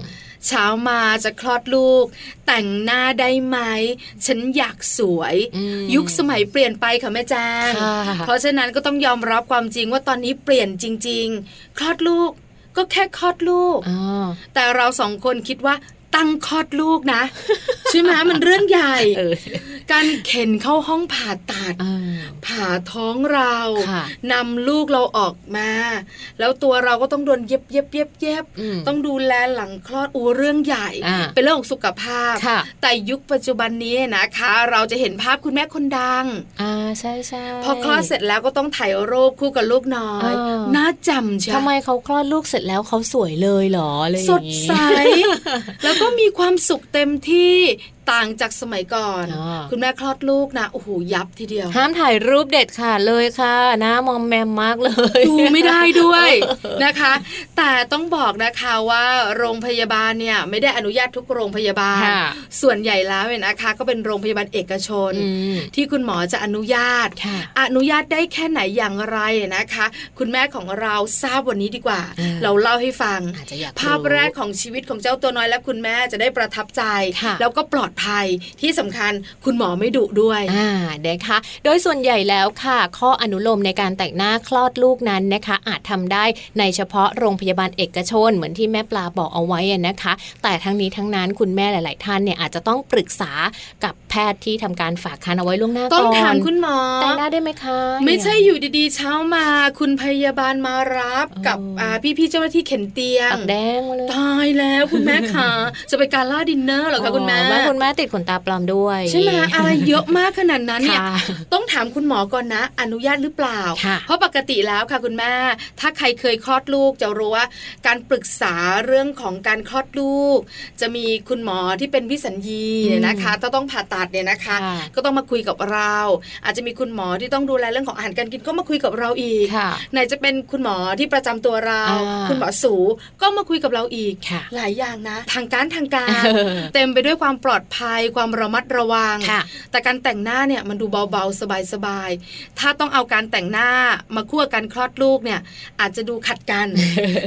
Speaker 3: เช้ามาจะคลอดลูก แต่งหน้าได้ไหม ฉันอยากสวย
Speaker 5: อืม
Speaker 3: ยุคสมัยเปลี่ยนไปค่ะแม่แจ้ง
Speaker 5: ค่ะ
Speaker 3: เพราะฉะนั้นก็ต้องยอมรับความจริงว่าตอนนี้เปลี่ยนจริง ๆ คลอดลูกก็แค่คลอดลูก
Speaker 5: อ๋อ
Speaker 3: แต่เราสองคนคิดว่าตั้งคลอดลูกนะ ใช่ไหมมันเรื่องใหญ่
Speaker 5: เออ
Speaker 3: การเข็นเข้าห้องผ่าตัด
Speaker 5: อ่า
Speaker 3: ผ่าท้องเรา
Speaker 5: ค่ะ
Speaker 3: นำลูกเราออกมา แล้วตัวเราก็ต้องโดนเย็บเย็บเย็บเย็บ
Speaker 5: ม
Speaker 3: ต้องดูแลหลังคลอดอูเรื่องใหญ่
Speaker 5: อ่า
Speaker 3: เป็นเรื่องของสุขภาพ
Speaker 5: ค่ะ
Speaker 3: แต่ยุคปัจจุบันนี้นะคะ เราจะเห็นภาพคุณแม่คนดัง
Speaker 5: อ่าใช่ใช่
Speaker 3: พอคลอดเสร็จแล้วก็ต้องถ่ายรูปคู่กับลูกน้อย
Speaker 5: อ่า
Speaker 3: น่าจำใช่
Speaker 5: ทำไมเขาคลอดลูกเสร็จแล้วเขาสวยเลยเหรออะไรอย่า
Speaker 3: ส
Speaker 5: ง
Speaker 3: ด
Speaker 5: งี้
Speaker 3: ใส แล้วก็มีความสุขเต็มที่ต่างจากสมัยก่อน
Speaker 5: อ่า
Speaker 3: คุณแม่คลอดลูกนะโอ้โหยับทีเดียว
Speaker 5: ห้ามถ่ายรูปเด็ดค่ะเลยค่ะหน้ามอมแมมมากเลย
Speaker 3: ดูไม่ได้ด้วยนะคะ แต่ต้องบอกนะคะว่าโรงพยาบาลเนี่ยไม่ได้อนุญาตทุกโรงพยาบาล
Speaker 5: ค่ะ
Speaker 3: ส่วนใหญ่แล้วเนี่ยนะคะ ก็เป็นโรงพยาบาลเอกชน
Speaker 5: อืม
Speaker 3: ที่คุณหมอจะอนุญาต
Speaker 5: ค่ะ
Speaker 3: อนุญาตได้แค่ไหนอย่างไรนะคะ คุณแม่ของเราทราบวันนี้ดีกว่า
Speaker 5: อ่า
Speaker 3: เราเล่าให้ฟัง
Speaker 5: อาจจะอยาก
Speaker 3: ภาพแรกของชีวิตของเจ้าตัวน้อยและคุณแม่จะได้ประทับใจ
Speaker 5: ค่ะ
Speaker 3: แล้วก็ปลอดภัยที่สำคัญคุณหมอไม่ดุด้วย
Speaker 5: อ่านะคะ โดยส่วนใหญ่แล้วค่ะ ข้ออนุโลมในการแต่งหน้าคลอดลูกนั้นนะคะ อาจทำได้ในเฉพาะโรงพยาบาลเอกชน เหมือนที่แม่ปลาบอกเอาไว้อะนะคะ แต่ทั้งนี้ทั้งนั้นคุณแม่หลาย ๆ ท่านเนี่ยอาจจะต้องปรึกษากับแพทย์ที่ทำการฝากคันเอาไว้ล่วงหน้าก่อน
Speaker 3: ต้องถามคุณหมอ
Speaker 5: แต่งหน้าได้ไหมคะ
Speaker 3: ไม่ใช่อยู่ดีๆ เช้ามาคุณพยาบาลมารับ
Speaker 5: เออ
Speaker 3: กับอ่าพี่ๆเจ้าหน้าที่เข็นเตียง
Speaker 5: ปากแดงมาเลย
Speaker 3: ตายแล้วคุณแม่ ค่ะ จะไปการล่าดินเนอร์เหรอคะคุณแม่
Speaker 5: อ๋อไม่คุณแม่ติดขนตาปลอมด้วย
Speaker 3: ใช่ไหมอะไรเยอะมากขนาดนั้นเนี่ย
Speaker 5: ค่ะ
Speaker 3: ต้องถามคุณหมอก่อนนะ อนุญาตหรือเปล่า
Speaker 5: ค่ะ
Speaker 3: เพราะปกติแล้วค่ะคุณแม่ ถ้าใครเคยคลอดลูกจะรู้ว่า การปรึกษาเรื่องของการคลอดลูก จะมีคุณหมอที่เป็นวิสัญญีเนี่ยนะคะถ้าต้องผ่าตัดเนี่ยนะคะ
Speaker 5: ค่ะ
Speaker 3: ก็ต้องมาคุยกับเรา อาจจะมีคุณหมอที่ต้องดูแลเรื่องของอาหารการกินก็มาคุยกับเราอีก
Speaker 5: ค่ะ
Speaker 3: ไหนจะเป็นคุณหมอที่ประจำตัวเรา
Speaker 5: อ่า
Speaker 3: คุณหมอสูก็มาคุยกับเราอีก
Speaker 5: ค่ะ
Speaker 3: หลายอย่างนะ ทางการทางการ
Speaker 5: เออ
Speaker 3: เต็มไปด้วยความปลอดภัย ความระมัดระวัง
Speaker 5: ค่ะ
Speaker 3: แต่การแต่งหน้าเนี่ยมันดูเบาๆ สบายๆ ถ้าต้องเอาการแต่งหน้ามาคู่กับการคลอดลูกเนี่ย อาจจะดูขัด กัน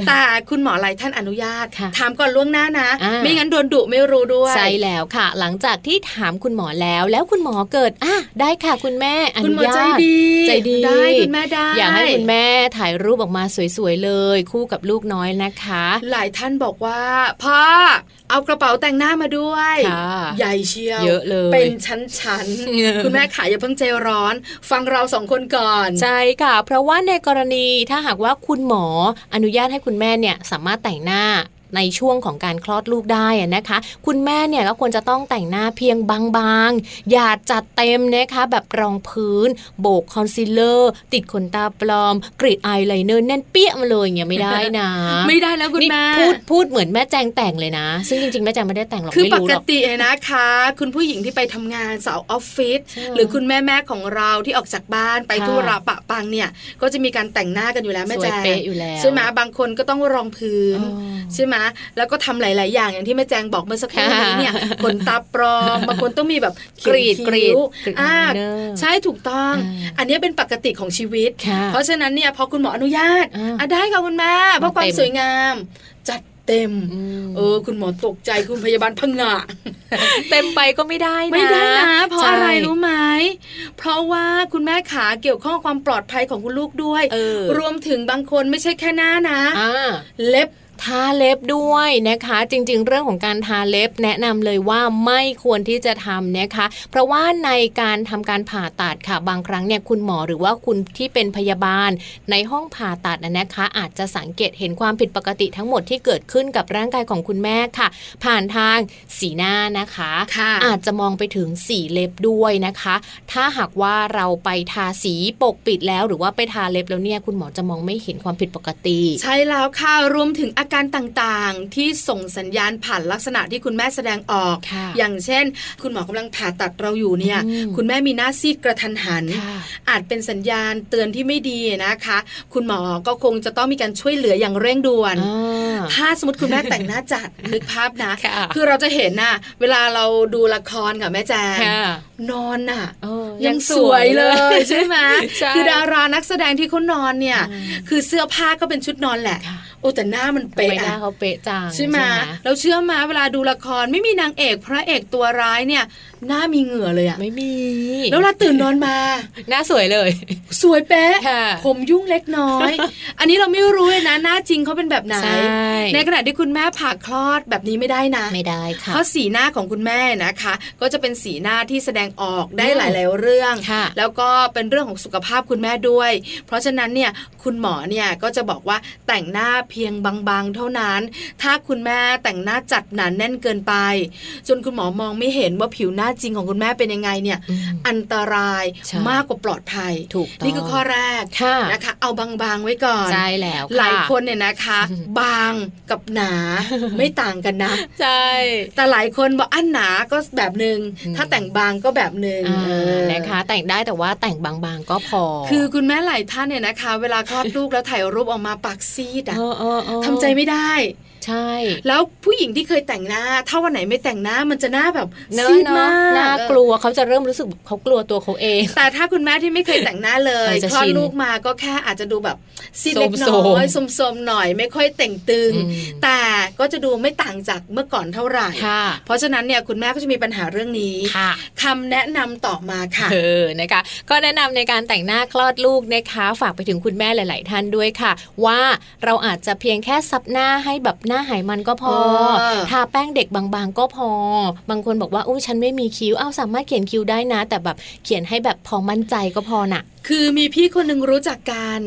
Speaker 3: แต่คุณหมอหลายท่านอนุญาต
Speaker 5: ค่ะ
Speaker 3: ถามก่อนล่วงหน้านะ
Speaker 5: อ่า
Speaker 3: ไม่งั้นโดนดุไม่รู้ด้วย
Speaker 5: ใช่แล้วค่ะ หลังจากที่ถามคุณหมอแล้วแล้วคุณหมอเกิดอ่ะได้ค่ะคุณแม่อ
Speaker 3: คุณ
Speaker 5: นุ
Speaker 3: หมอใจ
Speaker 5: ญาต
Speaker 3: ดี
Speaker 5: ใจดี
Speaker 3: ได้คุณแม่ได้
Speaker 5: อยากให้คุณแม่ถ่ายรูปออกมาสวยๆเลย คู่กับลูกน้อยนะคะ
Speaker 3: หลายท่านบอกว่าพ่อเอากระเป๋าแต่งหน้ามาด้วย
Speaker 5: ค่ะ
Speaker 3: ใหญ่เชียว
Speaker 5: เยอะเลย
Speaker 3: เป็นชั้น
Speaker 5: เออ
Speaker 3: ๆ คุณแม่ขายอย่าเพิ่งใจร้อน ฟังเราสองคนก่อน
Speaker 5: ใช่ค่ะ เพราะว่าในกรณีถ้าหากว่าคุณหมออนุญาตให้คุณแม่เนี่ยสามารถแต่งหน้าในช่วงของการคลอดลูกได้อะนะคะ คุณแม่เนี่ยก็ควรจะต้องแต่งหน้าเพียงบางๆ อย่าจัดเต็มนะคะแบบรองพื้น โบกคอนซีลเลอร์ ติดขนตาปลอม กรีดอายไลเนอร์แน่นเปี้ยมาเลยอย่างเงี้ยไม่ได้นะ
Speaker 3: ไม่ได้แล้วคุณ
Speaker 5: นี่
Speaker 3: แม่
Speaker 5: พูดพูดเหมือนแม่แจงแต่งเลยนะ ซึ่งจริงๆแม่แจงไม่ได้แต่งหรอก
Speaker 3: คือ
Speaker 5: ไม่
Speaker 3: ป
Speaker 5: รู้
Speaker 3: ก
Speaker 5: หรอก
Speaker 3: ติเนี่ยนะคะ คุณผู้หญิงที่ไปทำงานสาวออฟฟิศ
Speaker 5: ใช่
Speaker 3: หรือคุณแม่แม่ๆของเราที่ออกจากบ้านไป
Speaker 5: ค่ะ
Speaker 3: ทุระปะปังเนี่ย ก็จะมีการแต่งหน้ากันอยู่แล้วแม่
Speaker 5: สว
Speaker 3: แจ
Speaker 5: ย
Speaker 3: ง
Speaker 5: เป๊ะอยู่แล้ว
Speaker 3: ใช่ไหมบางคนก็ต้องรองพื้
Speaker 5: อ๋
Speaker 3: น
Speaker 5: อ
Speaker 3: ใช่ไหมแล้วก็ทำหลาย ๆ อย่างอย่างที่แม่แจงบอกเมื่อสักครู่
Speaker 5: ค่ะ
Speaker 3: นี้ เนี่ยขนตาปลอม บางคนต้องมีแบบเขียนคิ้ว
Speaker 5: กรีดกรีด
Speaker 3: อ่า
Speaker 5: เนอะ
Speaker 3: ใช่ถูกต้อง
Speaker 5: อ่า
Speaker 3: อันเนี้ยเป็นปกติของชีวิต
Speaker 5: ค่ะ
Speaker 3: เพราะฉะนั้นเนี่ยพอคุณหมออนุญาต
Speaker 5: อ่า
Speaker 3: อ่ะได้ค่ะคุณแม่เพราะความ
Speaker 5: เต็ม
Speaker 3: สวยงาม จัดเต็ม
Speaker 5: ม
Speaker 3: เออ คุณหมอตกใจคุณพยาบาลพังงะ
Speaker 5: เต็มไปก็ไม่ได้นะ
Speaker 3: ไม่ได้นะ เพราะอะไรรู้
Speaker 5: ใช่
Speaker 3: ไหม เพราะว่าคุณแม่ขาเกี่ยวข้องกับความปลอดภัยของคุณลูกด้วย
Speaker 5: เออ
Speaker 3: รวมถึงบางคนไม่ใช่แค่หน้านะ
Speaker 5: อ่า
Speaker 3: เล็บ
Speaker 5: ทาเล็บด้วยนะคะ จริง ๆ เรื่องของการทาเล็บแนะนำเลยว่าไม่ควรที่จะทำนะคะ เพราะว่าในการทำการผ่าตัดค่ะบางครั้งเนี่ยคุณหมอหรือว่าคุณที่เป็นพยาบาล ในห้องผ่าตัดน่ะนะคะ อาจจะสังเกตเห็นความผิดปกติทั้งหมดที่เกิดขึ้นกับร่างกายของคุณแม่ค่ะ ผ่านทางสีหน้านะคะ
Speaker 3: ค่ะ
Speaker 5: อาจจะมองไปถึงสีเล็บด้วยนะคะ ถ้าหากว่าเราไปทาสีปกปิดแล้ว หรือว่าไปทาเล็บแล้วเนี่ยคุณหมอจะมองไม่เห็นความผิดปกติ
Speaker 3: ใช่แล้วค่ะรวมถึงอาการต่างๆ ที่ส่งสัญญาณผ่านลักษณะที่คุณแม่แสดงออก
Speaker 5: ค่ะ
Speaker 3: อย่างเช่น คุณหมอกำลังผ่าตัดเราอยู่เนี่ย
Speaker 5: อืม
Speaker 3: คุณแม่มีหน้าซีดกระทันหัน
Speaker 5: ค่ะ
Speaker 3: อาจเป็นสัญญาณเตือนที่ไม่ดีนะคะ คุณหมอก็คงจะต้องมีการช่วยเหลืออย่างเร่งด่วน
Speaker 5: อ่า
Speaker 3: ถ้าสมมติคุณแม่แต่งหน้าจั ด นึกภาพนะ
Speaker 5: ค่ะ
Speaker 3: อเราจะเห็นน่ะ เวลาเราดูละครกับแม่แจง
Speaker 5: ค่ะ
Speaker 3: นอนน่ะ
Speaker 5: เออ
Speaker 3: ยังสวยเลยใช่ไหม
Speaker 5: ใช่
Speaker 3: คือดารานักแสดงที่เขานอนเนี่ย คือเสื้อผ้าก็เป็นชุดนอนแหละ
Speaker 5: ค่ะ
Speaker 3: โอ้แต่หน้ามัน
Speaker 5: ทำ
Speaker 3: เป๊ะ
Speaker 5: ไมหน้า
Speaker 3: อะ
Speaker 5: เขาเป๊ะจัง
Speaker 3: ใช่ไหมเราเชื่อมาเวลาดูละครไม่มีนางเอกพระเอกตัวร้ายเนี่ย หน้ามีเหงื่อเลยอะ
Speaker 5: ไม่มี
Speaker 3: แล้วเวลาตื่นนอน มา
Speaker 5: หน้าสวยเลย
Speaker 3: สวยเป๊ะ
Speaker 5: ค่ะ
Speaker 3: ผมยุ่งเล็กน้อย อันนี้เราไม่รู้เลยนะ หน้าจริงเขาเป็นแบบไหน
Speaker 5: ใช่
Speaker 3: ขณะที่คุณแม่ผ่าคลอดแบบนี้ไม่ได้นะ
Speaker 5: ไม่ได้ค่ะ
Speaker 3: เพราะสีหน้าของคุณแม่นะคะ ก็จะเป็นสีหน้าที่แสดงออกได้
Speaker 5: อืม
Speaker 3: หลายๆเรื่อง
Speaker 5: ค่ะ
Speaker 3: แล้วก็เป็นเรื่องของสุขภาพคุณแม่ด้วย เพราะฉะนั้นเนี่ยคุณหมอเนี่ยก็จะบอกว่าแต่งหน้าเพียงบางๆ เท่านั้น ถ้าคุณแม่แต่งหน้าจัดหนาแน่นเกินไป จนคุณหมอมองไม่เห็นว่าผิวหน้าจริงของคุณแม่เป็นยังไงเนี่ย
Speaker 5: อืม
Speaker 3: อันตราย
Speaker 5: ใช่
Speaker 3: มากกว่าปลอดภัย
Speaker 5: ถูกต้อง
Speaker 3: นี่คือข้อแรก
Speaker 5: ค่ะ
Speaker 3: นะคะ เอาบางๆไว้ก่อน
Speaker 5: ใช่แล้วะ
Speaker 3: หลายคนเนี่ยนะคะ บางกับห นาไม่ต่างกันนะ
Speaker 5: ใช่
Speaker 3: แต่หลายคนบอกอันหนาก็แบบหนึง่ง
Speaker 5: อืม
Speaker 3: ถ้าแต่งบางก็แบบหนึง่งเออ
Speaker 5: นะคะ แต่งได้แต่ว่าแต่งบางๆก็พอ
Speaker 3: คือคุณแม่หลายท่านเนี่ยนะคะ เวลาคลอดลูกแล้วถ่ายรูปออกมาปากซีดอะ
Speaker 5: เออเออเออ
Speaker 3: ทำใจไม่ได้
Speaker 5: ใช่
Speaker 3: แล้วผู้หญิงที่เคยแต่งหน้า ถ้าวันไหนไม่แต่งหน้ามันจะหน้าแบบ
Speaker 5: เนอะ
Speaker 3: ซีด
Speaker 5: เน
Speaker 3: มา
Speaker 5: อะ
Speaker 3: ก
Speaker 5: น่ากลัวเขาจะเริ่มรู้สึกเขากลัวตัวเขาเอง
Speaker 3: แต่ถ้าคุณแม่ที่ไม่เคยแต่งหน้าเลย
Speaker 5: เออจะ
Speaker 3: คลอ
Speaker 5: ชิ
Speaker 3: ด
Speaker 5: น
Speaker 3: ลูกมาก็แค่อาจจะดูแบบซีดเล็กน้อยสมๆหน่อยไม่ค่อยแต่งตึง
Speaker 5: อืม
Speaker 3: แต่ก็จะดูไม่ต่างจากเมื่อก่อนเท่าไหร่
Speaker 5: ค่ะ
Speaker 3: เพราะฉะนั้นเนี่ยคุณแม่ก็จะมีปัญหาเรื่องนี้
Speaker 5: ค่ะ
Speaker 3: คำแนะนำต่อมาค่ะ
Speaker 5: เออ นะคะ ก็แนะนำในการแต่งหน้าคลอดลูกนะคะ ฝากไปถึงคุณแม่หลาย ๆ ท่านด้วยค่ะ ว่าเราอาจจะเพียงแค่ซับหน้าให้แบบหน้าหายมันก็พอ
Speaker 3: เออ
Speaker 5: ทาแป้งเด็กบาง ๆ ก็พอ บางคนบอกว่า อู้ฉันไม่มีคิ้ว เอาสามารถเขียนคิ้วได้นะ แต่แบบเขียนให้แบบพอมั่นใจก็พอน่ะ
Speaker 3: คือมีพี่คนหนึ่งรู้จักกัน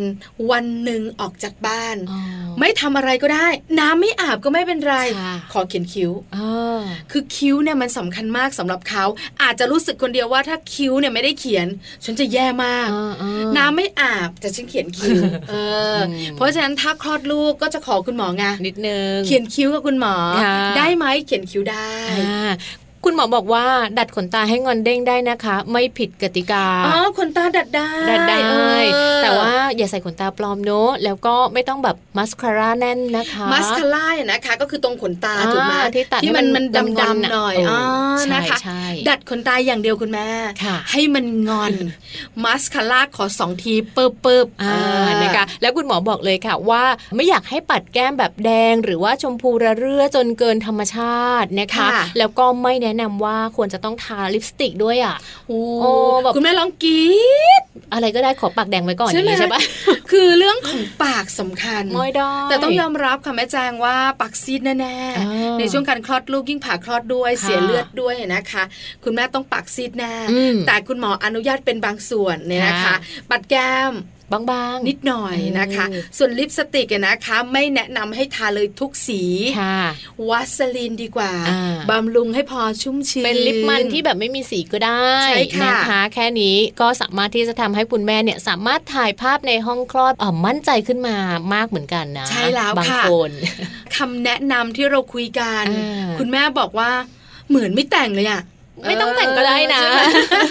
Speaker 3: วันหนึ่งออกจากบ้าน
Speaker 5: อ๋อ
Speaker 3: ไม่ทำอะไรก็ได้ น้ำไม่อาบก็ไม่เป็นไร
Speaker 5: ค่ะ
Speaker 3: ขอเขียนคิ้ว
Speaker 5: เออ
Speaker 3: คือคิ้วเนี่ยมันสำคัญมากสำหรับเขา อาจจะรู้สึกคนเดียวว่าถ้าคิ้วเนี่ยไม่ได้เขียน ฉันจะแย่มาก
Speaker 5: เออเออ
Speaker 3: น้ำไม่อาบแต่ฉันเขียน คิ้วเอออ
Speaker 5: ม
Speaker 3: เพราะฉะนั้นถ้าคลอดลูกก็จะขอคุณหมอไง
Speaker 5: นิดนึง
Speaker 3: เขียนคิ้วกับคุณหมอ
Speaker 5: ค่ะ
Speaker 3: ได้ไหมเขียนคิ้วได้
Speaker 5: อ่าคุณหมอบอกว่า ดัดขนตาให้งอนเด้งได้นะคะ ไม่ผิดกติกา
Speaker 3: อ๋อคนตาดัดได้
Speaker 5: ดัดได้
Speaker 3: เออ
Speaker 5: แต่ว่าอย่าใส่ขนตาปลอมเนอะแล้วก็ไม่ต้องแบบมัสคาร่าแน่นนะคะ
Speaker 3: มัสคาร่าเนี่ยนะคะก็คือตรงขนตา
Speaker 5: อ่า
Speaker 3: ถูกไหม
Speaker 5: ที่ตัดให้
Speaker 3: ที่
Speaker 5: มั
Speaker 3: มัน นมัน
Speaker 5: งอน
Speaker 3: ดำ
Speaker 5: ๆ
Speaker 3: ดำ
Speaker 5: น่ะ
Speaker 3: ๆหน่อย
Speaker 5: เอออ๋
Speaker 3: อ๋อ
Speaker 5: ใช่
Speaker 3: นะคะ
Speaker 5: ใช่
Speaker 3: ดัดขนตาอย่างเดียวคุณแม่
Speaker 5: ค่ะ
Speaker 3: ให้มันงอนมัสคาร่าขอสองทีเปิบเปิบๆ
Speaker 5: อ่า
Speaker 3: เออ
Speaker 5: นะคะแล้วคุณหมอบอกเลยค่ะว่าไม่อยากให้ปัดแก้มแบบแดง หรือว่าชมพูระเรื่อจนเกินธรรมชาตินะคะ
Speaker 3: ค่ะ
Speaker 5: แล้วก็ไม่แนะนำว่าควรจะต้องทาลิปสติกด้วยอ่ะ
Speaker 3: โอ้
Speaker 5: โอ้แบบ
Speaker 3: คุณแม่ลองกรีด
Speaker 5: อะไรก็ได้ขอปากแดงไว้ก่อนอย่างนี้ใช่ปะ
Speaker 3: คือเรื่องของปากสำคัญ
Speaker 5: ไม่ได้
Speaker 3: แต่ต้องยอมรับค่ะแม่แจงว่าปากซีดแน่
Speaker 5: อ่า
Speaker 3: ๆ ในช่วงการคลอดลูกยิ่งผ่าคลอดด้วย
Speaker 5: ค่ะ
Speaker 3: เสียเลือดด้วยนะคะ คุณแม่ต้องปากซีดแน่
Speaker 5: อืม
Speaker 3: แต่คุณหมออนุญาตเป็นบางส่วนเนี่ยนะคะ
Speaker 5: ค่ะ
Speaker 3: ปัดแก้ม
Speaker 5: บางๆ
Speaker 3: นิดหน่อยนะคะ
Speaker 5: เออ
Speaker 3: ส่วนลิปสติกเนี่ยนะคะ ไม่แนะนำให้ทาเลยทุกสี
Speaker 5: ค่ะ
Speaker 3: วาสลีนดีกว่า
Speaker 5: อ่า
Speaker 3: บำรุงให้พอชุ่มชื้น
Speaker 5: เป็นลิปมันที่แบบไม่มีสีก็ได้
Speaker 3: ใช่ค่ะ
Speaker 5: นะคะแค่นี้ก็สามารถที่จะทำให้คุณแม่เนี่ยสามารถถ่ายภาพในห้องคลอดเออมั่นใจขึ้นมามากเหมือนกันนะ
Speaker 3: ใช่แล้ว
Speaker 5: บาง
Speaker 3: ค่ะ
Speaker 5: คน
Speaker 3: คำแนะนำที่เราคุยกัน
Speaker 5: อ่า
Speaker 3: คุณแม่บอกว่าเหมือนไม่แต่งเลยอ่ะ
Speaker 5: ไม่ต้องแต่งก็ได้นะ
Speaker 3: เ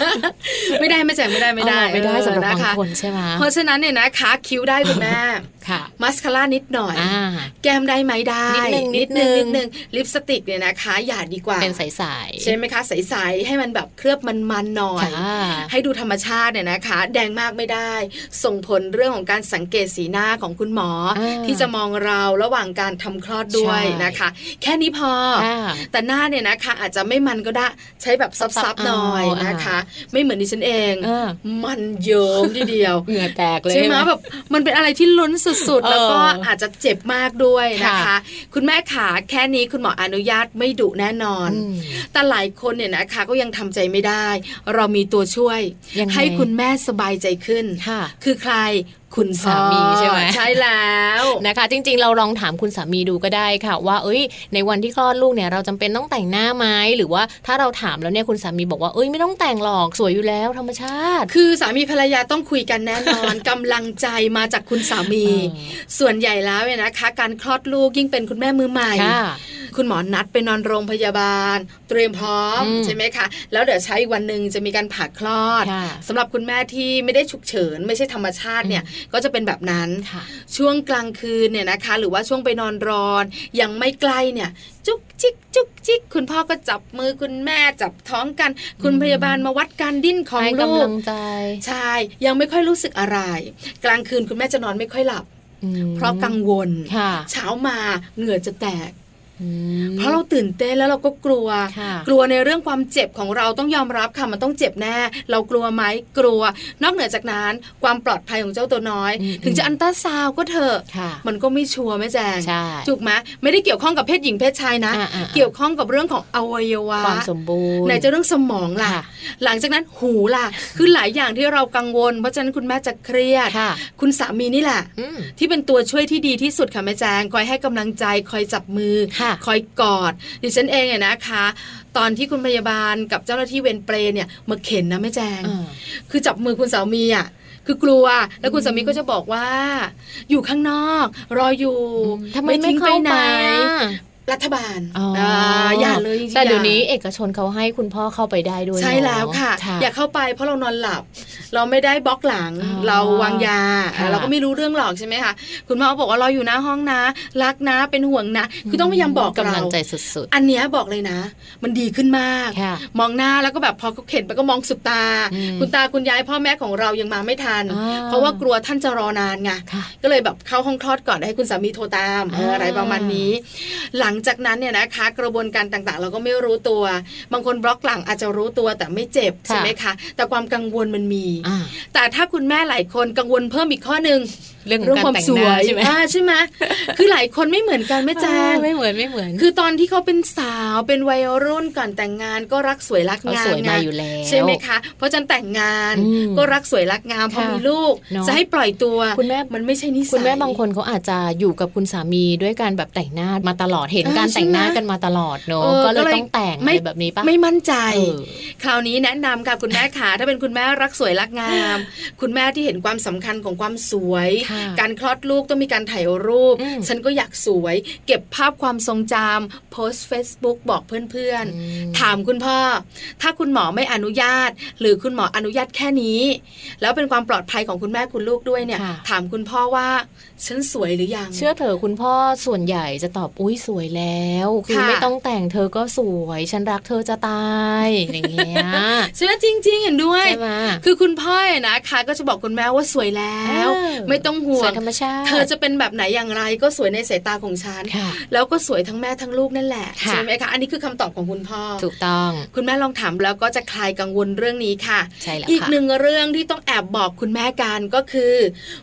Speaker 3: ออใช่ไหม ไม่ได้ไม่แต่งไม่ได้ไม่ได้
Speaker 5: เออไม่ได้สำหรับ
Speaker 3: เอ
Speaker 5: บาง
Speaker 3: อะะ
Speaker 5: คนใช่ไหม
Speaker 3: เพราะฉะนั้นเนี่ยนะคะคิ้วได้คุณแม่
Speaker 5: ค่ะ
Speaker 3: มัสคาร่านิดหน่อย
Speaker 5: อ่า
Speaker 3: แก้มได้ไหมได้
Speaker 5: นิดนึงนิ
Speaker 3: นิ
Speaker 5: ด
Speaker 3: ด
Speaker 5: นึ
Speaker 3: นึง
Speaker 5: ง
Speaker 3: นิดนึงลิปสติกเนี่ยนะคะอย่าดีกว่า
Speaker 5: เป็นใสๆ
Speaker 3: ใช่ไหมคะ ใส ๆ ให้มันแบบเคลือบมันๆหน่อย
Speaker 5: ค่ะ
Speaker 3: ให้ดูธรรมชาติเนี่ยนะคะ แดงมากไม่ได้ ส่งผลเรื่องของการสังเกตสีหน้าของคุณหมอ
Speaker 5: อ่า
Speaker 3: ที่จะมองเราระหว่างการทำคลอดด้วย
Speaker 5: ใช่
Speaker 3: นะคะ แค่นี้พอ
Speaker 5: ค่ะ
Speaker 3: แต่หน้าเนี่ยนะคะ อาจจะไม่มันก็ได้ใช้แบบ
Speaker 5: ซั
Speaker 3: ซั
Speaker 5: บบ ๆ
Speaker 3: ๆหน่อย
Speaker 5: เอา
Speaker 3: นะคะ
Speaker 5: อ่า
Speaker 3: ไม่เหมือนดิฉันเอง
Speaker 5: เออ
Speaker 3: มันเยิ้มทีเดียว
Speaker 5: เหงื่อแตกเลย
Speaker 3: ใช่ไหมแบบมันเป็นอะไรที่ลุ้นสุ สุดๆ แล้วก็อาจจะเจ็บมากด้วยนะคะ
Speaker 5: ค่ะ
Speaker 3: คุณแม่ขาแค่นี้คุณหมออนุญาตไม่ดุแน่นอน
Speaker 5: อืม
Speaker 3: แต่หลายคนเนี่ยนะคะก็ยังทำใจไม่ได้ เรามีตัวช่วย
Speaker 5: ยังไง
Speaker 3: ให้คุณแม่สบายใจขึ้น
Speaker 5: ค่ะ
Speaker 3: คือใครคุณ
Speaker 5: สามีใช่ไหม
Speaker 3: ใช่แล้ว
Speaker 5: นะคะจริงๆเราลองถามคุณสามีดูก็ได้ค่ะ ว่าเอ้ย ในวันที่คลอดลูกเนี่ยเราจำเป็นต้องแต่งหน้าไหมหรือว่าถ้าเราถามแล้วเนี่ยคุณสามีบอกว่าเอ้ยไม่ต้องแต่งหรอกสวยอยู่แล้วธรรมชาติ
Speaker 3: คือสามีภรรยาต้องคุยกันแน่นอน กำลังใจมาจากคุณสามี
Speaker 5: เออ
Speaker 3: ส่วนใหญ่แล้วเนี่ยนะคะ การคลอดลูกยิ่งเป็นคุณแม่มือใหม่
Speaker 5: ค่ะ
Speaker 3: คุณหมอนัดไปนอนโรงพยาบาล เตรียมพร้อม
Speaker 5: อืม
Speaker 3: ใช่ไหมคะแล้วเดี๋ยวใช้วันหนึ่งจะมีการผ่าคลอด
Speaker 5: ค่ะ
Speaker 3: สำหรับคุณแม่ที่ไม่ได้ฉุกเฉิน ไม่ใช่ธรรมชาติเนี่ยก็จะเป็นแบบนั้น
Speaker 5: ค่ะ
Speaker 3: ช่วงกลางคืนเนี่ยนะคะ หรือว่าช่วงไปนอนรอนยังไม่ใกล้เนี่ย จุกจิกจุกจิก คุณพ่อก็จับมือคุณแม่จับท้องกัน คุณพยาบาลมาวัดการดิ้นของ
Speaker 5: ให้
Speaker 3: ลู
Speaker 5: กำ
Speaker 3: ก
Speaker 5: ลังใจ
Speaker 3: ใช่ ยังไม่ค่อยรู้สึกอะไร กลางคืนคุณแม่จะนอนไม่ค่อยหลับ
Speaker 5: อืม
Speaker 3: เพราะกังวล
Speaker 5: ค่ะ
Speaker 3: เช้ามาเหงื่อจะแตก
Speaker 5: อืม
Speaker 3: เพราะเราตื่นเต้นแล้วเราก็กลัว
Speaker 5: ค่ะ
Speaker 3: กลัวในเรื่องความเจ็บของเราต้องยอมรับค่ะมันต้องเจ็บแน่ เรากลัวไหมกลัว นอกเหนือจากนั้นความปลอดภัยของเจ้าตัวน้อย
Speaker 5: อืม
Speaker 3: ถึงจะอันตราซาวด์ก็เถอะ
Speaker 5: ค่ะ
Speaker 3: มันก็ไม่ชัวร์แม่แจง
Speaker 5: ใช่
Speaker 3: ถูกไหมไม่ได้เกี่ยวข้องกับเพศหญิงเพศชายนะ
Speaker 5: อ่าอ่าอ่า
Speaker 3: เกี่ยวข้องกับเรื่องของอวัยวะ
Speaker 5: ความสมบูรณ์
Speaker 3: ไหนจะเรื่องสมองล่ะ
Speaker 5: ค่ะ
Speaker 3: หลังจากนั้นหูล่ะ คือหลายอย่างที่เรากังวล เพราะฉะนั้นคุณแม่จะเครียด
Speaker 5: ค่ะ
Speaker 3: คุณสามีนี่แหละ
Speaker 5: อืม
Speaker 3: ที่เป็นตัวช่วยที่ดีที่สุดค่ะแม่แจงคอยให้กำลังใจ คอยจับมือ
Speaker 5: ค่ะ
Speaker 3: คอยกอดดิฉันเองเนี่ยนะคะ ตอนที่คุณพยาบาลกับเจ้าหน้าที่เวรเปรย์เนี่ยมาเข็นนะแม่แจง
Speaker 5: อ่า
Speaker 3: คือจับมือคุณสามีอ่ะคือกลัวแล้วคุณสามีก็จะบอกว่า อยู่ข้างนอก รออยู่
Speaker 5: ทำไมไม่
Speaker 3: ทิ้ง
Speaker 5: เข้าไปอ่ะ
Speaker 3: รัฐบาล
Speaker 5: อ๋ออา
Speaker 3: อย่าเลยจริงๆ
Speaker 5: แต่เดี๋ยว
Speaker 3: อา
Speaker 5: นี้เอกชนเขาให้คุณพ่อเข้าไปได้ด้วย
Speaker 3: ใช่
Speaker 5: เนอ
Speaker 3: แล้วค่ะ อย่า
Speaker 5: ค่ะ
Speaker 3: เข้าไปเพราะเรานอนหลับ เราไม่ได้บล็อกหลัง
Speaker 5: อ๋อ
Speaker 3: เราวางยา
Speaker 5: ค่ะ
Speaker 3: เราก็ไม่รู้เรื่องหรอกใช่ไหมคะคุณพ่อบอกว่าเราอยู่หน้าห้องนะ รักนะเป็นห่วงนะ คือต้องพยายามบอกเรา
Speaker 5: กำลังใจสุดๆ
Speaker 3: อันเนี้ยบอกเลยนะ มันดีขึ้นมาก
Speaker 5: ค่ะ
Speaker 3: มองหน้าแล้วก็แบบพอเขาเข็นไปก็มองสุบตา
Speaker 5: อืม
Speaker 3: คุณตาคุณยายพ่อแม่ของเรายังมาไม่ทัน
Speaker 5: อ่า
Speaker 3: เพราะว่ากลัวท่านจะรอนานไง
Speaker 5: ค่ะ
Speaker 3: ก็เลยแบบเข้าห้องคลอดก่อนให้คุณสามีโทรตามเอออะไรประมาณนี้ หลังจากนั้นเนี่ยนะคะ กระบวนการต่างๆ เราก็ไม่รู้ตัว บางคนบล็อกหลังอาจจะรู้ตัวแต่ไม่เจ็บ
Speaker 5: ค่ะ
Speaker 3: ใช่ไหมคะ แต่ความกังวลมันมี
Speaker 5: อ่า
Speaker 3: แต่ถ้าคุณแม่หลายคนกังวลเพิ่มอีกข้อหนึ่ง
Speaker 5: เรื่องข
Speaker 3: เรื่
Speaker 5: อ
Speaker 3: อง
Speaker 5: งกาว
Speaker 3: คาร ม
Speaker 5: แต่ง
Speaker 3: ส
Speaker 5: ห
Speaker 3: ว
Speaker 5: น้าย ใช่ไหม
Speaker 3: อ่าใช่ไหมคือหลายคนไม่เหมือนกันแม่แจง
Speaker 5: ไม่เหมือนไม่เหมือน
Speaker 3: คือตอนที่เขาเป็นสาวเป็นวัยรุ่นก่อนแต่งงานก็รักสวยรัก
Speaker 5: เขา
Speaker 3: งาม
Speaker 5: สวยมา
Speaker 3: ไง
Speaker 5: อยู่แล้ว
Speaker 3: ใช่ไหมคะ เพราะฉันแต่งงาน
Speaker 5: อืม
Speaker 3: ก็รักสวยรักงามพอ
Speaker 5: ค่ะ
Speaker 3: มีลูก
Speaker 5: เนอะ
Speaker 3: จะให้ปล่อยตัว
Speaker 5: คุณแม่
Speaker 3: มันไม่ใช่นิสัย
Speaker 5: คุณแม่บางคนเขาอาจจะอยู่กับคุณสามีด้วยการแบบแต่งหน้ามาตลอดเห็น
Speaker 3: เออ
Speaker 5: การ
Speaker 3: ใช่
Speaker 5: แต่งหน้า
Speaker 3: ไหม
Speaker 5: กันมาตลอดเนอะ
Speaker 3: ออ
Speaker 5: ก็เลยต้องแต่งอะไรแบบนี้ปะ
Speaker 3: ไม่มั่นใจ
Speaker 5: เออ
Speaker 3: คราวนี้แนะนำค่ะคุณแม่ขาถ้าเป็นคุณแม่รักสวยรักงาม คุณแม่ที่เห็นความสำคัญของความสวย
Speaker 5: ค่ะ
Speaker 3: การคลอดลูกต้องมีการถ่ายรูป
Speaker 5: อืม
Speaker 3: ฉันก็อยากสวย เก็บภาพความทรงจำโพสต์ Facebook บอกเพื่อน
Speaker 5: อืม
Speaker 3: ๆ ถามคุณพ่อ ถ้าคุณหมอไม่อนุญาต หรือคุณหมออนุญาตแค่นี้ แล้วเป็นความปลอดภัยของคุณแม่คุณลูกด้วยเนี่ย
Speaker 5: ค่ะ
Speaker 3: ถามคุณพ่อว่า ฉันสวยหรือยัง
Speaker 5: เชื่อเถอะคุณพ่อส่วนใหญ่จะตอบอุ้ยสวยแล้ว คือ
Speaker 3: ค่ะ
Speaker 5: ไม่ต้องแต่งเธอก็สวย ฉันรักเธอจะตายอย่างเงี้ย
Speaker 3: เชื่อจริง ๆ เห็นด้วย
Speaker 5: ใช่ไหม
Speaker 3: คือคุณพ่อเนี่ยนะคะก็จะบอกคุณแม่ว่าสวยแล้ว
Speaker 5: เออ
Speaker 3: ไม่ต้องห่
Speaker 5: ส
Speaker 3: ว
Speaker 5: ว
Speaker 3: ง
Speaker 5: ยธรรมชาติ
Speaker 3: เธอจะเป็นแบบไหนอย่างไรก็สวยในสายตาของฉัน
Speaker 5: ค่ะ
Speaker 3: แล้วก็สวยทั้งแม่ทั้งลูกนั่นแหละ
Speaker 5: ค่ะ
Speaker 3: ใช่ไหมคะ อันนี้คือคำตอบของคุณพ่อ
Speaker 5: ถูกต้อง
Speaker 3: คุณแม่ลองถามแล้วก็จะคลายกังวลเรื่องนี้ค่ะ
Speaker 5: ใช่แล้วค่ะ
Speaker 3: อีกหนึ่งเรื่องที่ต้องแอบบอกคุณแม่กันก็คือ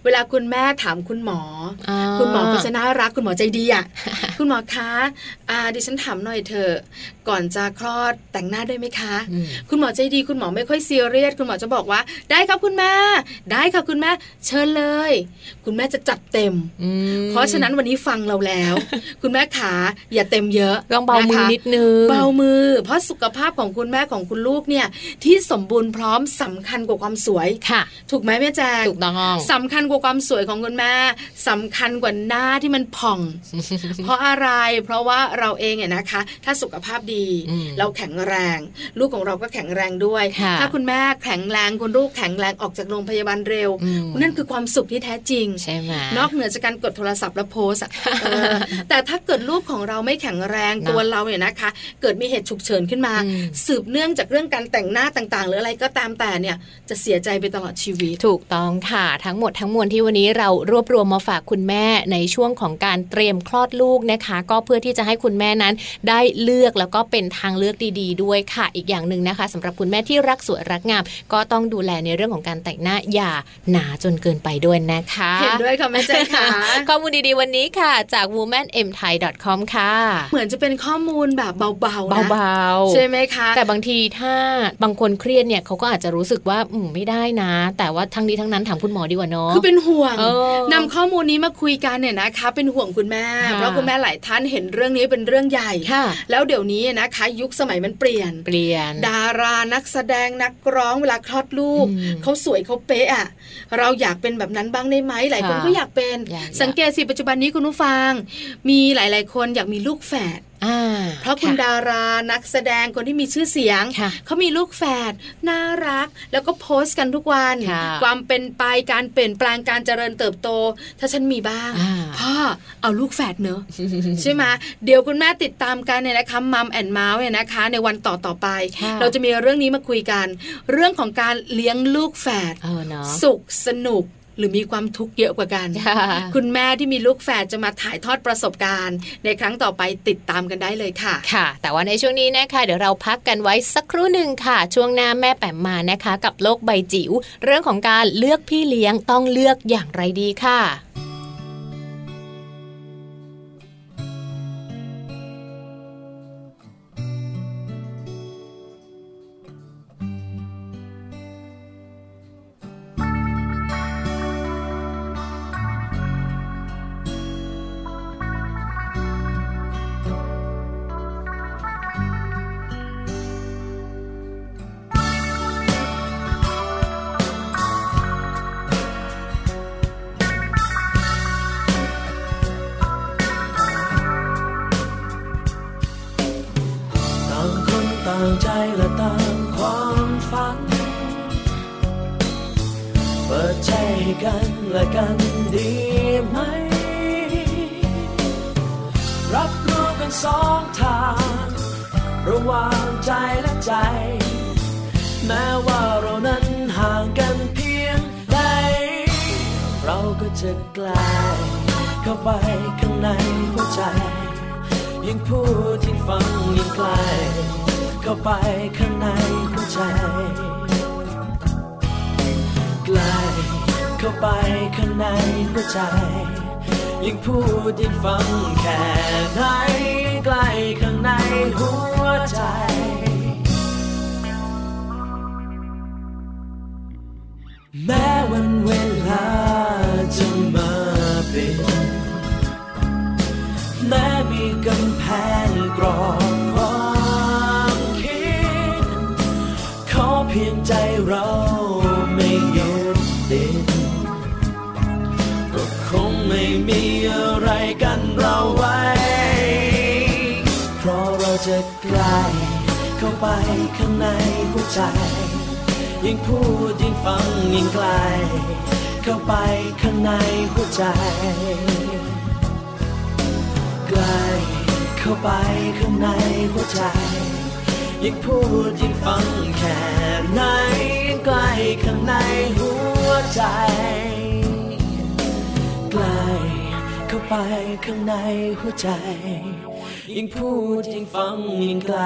Speaker 3: เวลาคุณแม่ถามคุณหมออา คุณหมอก็จะน่ารักคุณหมอใจดี อ่ะ คุณหมอคะอ่าดิฉันถามหน่อยเถอะก่อนจะคลอดแต่งหน้าด้วยไหมคะ
Speaker 5: อืม
Speaker 3: คุณหมอใจดีคุณหมอไม่ค่อยซีเรียสคุณหมอจะบอกว่า ได้ครับคุณแม่ ได้ค่ะคุณแม่เชิญเลย คุณแม่จะจัดเต็ม
Speaker 5: อืม
Speaker 3: เพราะฉะนั้นวันนี้ฟังเราแล้ว คุณแม่ขาอย่าเต็มเยอะ
Speaker 5: ลองเบามื
Speaker 3: ะ
Speaker 5: อ
Speaker 3: คะ
Speaker 5: นิดนึง
Speaker 3: เบามือ เพราะสุขภาพของคุณแม่ของคุณลูกเนี่ย ที่สมบูรณ์พร้อมสำคัญกว่าความสวย
Speaker 5: ค่ะ
Speaker 3: ถูกไหมแม่แจง
Speaker 5: ถูกต้อง
Speaker 3: สำคัญกว่าความสวยของคุณแม่สำคัญกว่าหน้าที่มันผ่อง เพราะอะไร เพราะว่าเราเองเนี่ยนะคะ ถ้าสุขภาพดี
Speaker 5: อืม
Speaker 3: เราแข็งแรง ลูกของเราก็แข็งแรงด้วย
Speaker 5: ค่ะ
Speaker 3: ถ้าคุณแม่แข็งแรงคุณลูกแข็งแรงออกจากโรงพยาบาลเร็ว
Speaker 5: อืม
Speaker 3: นั่นคือความสุขที่แท้จริง
Speaker 5: ใช่ไหม
Speaker 3: นอกเหนือจากการกดโทรศัพท์และโพสต์อะเออแต่ถ้าเกิดลูกของเราไม่แข็งแรง
Speaker 5: นะ
Speaker 3: ตัวเราเนี่ยนะคะ เกิดมีเหตุฉุกเฉินขึ้นมา
Speaker 5: อืม
Speaker 3: สืบเนื่องจากเรื่องการแต่งหน้าต่างๆ หรืออะไรก็ตามแต่เนี่ยจะเสียใจไปตลอดชีวิต
Speaker 5: ถูกต้องค่ะ ทั้งหมดทั้งมวลที่วันนี้เรารวบรวมมาฝากคุณแม่ในช่วงของการเตรียมคลอดลูกนะ นะคะ ก็เพื่อที่จะให้คุณแม่นั้นได้เลือกแล้วก็เป็นทางเลือกดีๆ ด้วยค่ะ อีกอย่างหนึ่งนะคะสำหรับคุณแม่ที่รักสวยรักงาม ก็ต้องดูแลในเรื่องของการแต่งหน้าอย่าหนาจนเกินไปด้วยนะคะ
Speaker 3: เห็นด้วยค่ะแม่ใจน ค่ะ
Speaker 5: ข้อมูลดีๆวันนี้ค่ะ จาก womanmthai.com ค่ะ
Speaker 3: เหมือนจะเป็นข้อมูลแบบเบาๆนะ
Speaker 5: เบาๆ
Speaker 3: ใช่ไหมคะ
Speaker 5: แต่บางทีถ้าบางคนเครียดเนี่ยเขาก็อาจจะรู้สึกว่าอืมไม่ได้นะ แต่ว่าทั้งนี้ทั้งนั้นถามคุณหมอดีกว่าเนาะ
Speaker 3: คือเป็นห่วง
Speaker 5: เออน
Speaker 3: ำข้อมูลนี้มาคุยกันเนี่ยนะคะ เป็นห่วงคุณแม่
Speaker 5: ค่ะ
Speaker 3: เพราะคุณแม่หลายท่านเห็นเรื่องนี้เป็นเรื่องใหญ่
Speaker 5: ค่ะ
Speaker 3: แล้วเดี๋ยวนี้นะคะ ยุคสมัยมันเปลี่ยน
Speaker 5: เปลี่ยน
Speaker 3: ดารานักแสดงนักร้องเวลาคลอดลูก
Speaker 5: อืม
Speaker 3: เขาสวยเขาเป๊ะอะเราอยากเป็นแบบนั้นบ้างได้ไหมหลายคน
Speaker 5: ค่ะ
Speaker 3: ก็อยากเป็น
Speaker 5: อยาก
Speaker 3: สังเกตสิปัจจุบันนี้คุณผู้ฟัง มีหลาย ๆ คนอยากมีลูกแฝด
Speaker 5: อ่
Speaker 3: เพราะคุณ
Speaker 5: ะ
Speaker 3: ดารานักแสดงคนที่มีชื่อเสียง
Speaker 5: ค่ะ
Speaker 3: เขามีลูกแฝดน่ารัก แล้วก็โพสต์กันทุกวัน
Speaker 5: ค่ะ
Speaker 3: ความเป็นไปการเปลี่ยนแปลงการเจริญเติบโต ถ้าฉันมีบ้าง
Speaker 5: อ่า
Speaker 3: พ่อเอาลูกแฝดเนอะ ใช่ไหมเดี๋ยวคุณแม่ติดตามกันเนี่ยนะคะมัมแอนเมาส์เนี่ยนะคะ ในวันต่อต่อๆไป
Speaker 5: ค่ะ
Speaker 3: เราจะมีเรื่องนี้มาคุยกัน เรื่องของการเลี้ยงลูกแฝด
Speaker 5: เออเนาะ
Speaker 3: สุขสนุกหรือมีความทุกข์เยอะกว่ากัน
Speaker 5: ค่ะ
Speaker 3: คุณแม่ที่มีลูกแฝดจะมาถ่ายทอดประสบการณ์ ในครั้งต่อไปติดตามกันได้เลยค่ะ
Speaker 5: ค่ะ แต่ว่าในช่วงนี้นะคะเดี๋ยวเราพักกันไว้สักครู่หนึ่งค่ะ ช่วงหน้าแม่แปมมานะคะ กับโลกใบจิ๋วเรื่องของการเลือกพี่เลี้ยงต้องเลือกอย่างไรดีค่ะ
Speaker 6: ต่างคนต่างใจและต่างความฝัน เปิดใจให้กันและกันดีไหม รับรู้กันสองทาง ระหว่างใจและใจ แม้ว่าเรานั้นห่างกันเพียงใด เราก็จะใกลายเข้าไปข้างในหัวใจ ยิ่งพูดยิ่งฟังยิ่งไกล เข้าไปข้างในหัวใจ ใกล้เข้าไปข้างในหัวใจ ยิ่งพูดยิ่งฟังแค่ไหนใกล้ข้างในหัวใจ แม้วันเวลาจะมาเปลี่ยน แม้มีกำแพงกรอบความคิด ขอเพียงใจเราไม่ยึดติดก็คงไม่มีอะไรกันเราไว้ เพราะเราจะใกล้เข้าไปข้างในหัวใจ ยิ่งพูดยิ่งฟังยิ่งไกล เข้าไปข้างในหัวใจ ใกล้เข้าไปข้างในหัวใจ ยิ่งพูดยิ่งฟังแค่ไหนใกล้ข้างในหัวใจ ใกล้เข้าไปข้างในหัวใจ ยิ่งพูดยิ่งฟังยิ่งไกล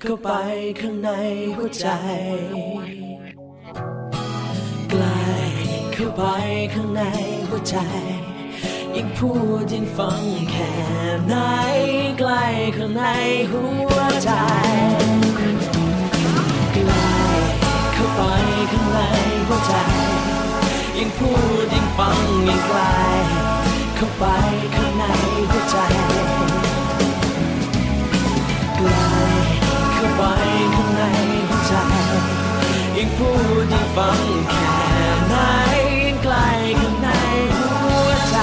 Speaker 6: เข้าไปข้างในหัวใจ ใกล้เข้าไปข้างในหัวใจ ยิ่งพูดยิ่งฟังแค่ไหนใกล้ข้างในหัวใจ ใกล้เข้าไปข้างในหัวใจ ยิ่งพูดยิ่งฟังยิ่งไกล เข้าไปข้างในหัวใจ ใกล้เข้าไปข้างในหัวใจ ยิ่งพูดยิ่งฟังแค่ไหนใกล้ข้างในหัวใจ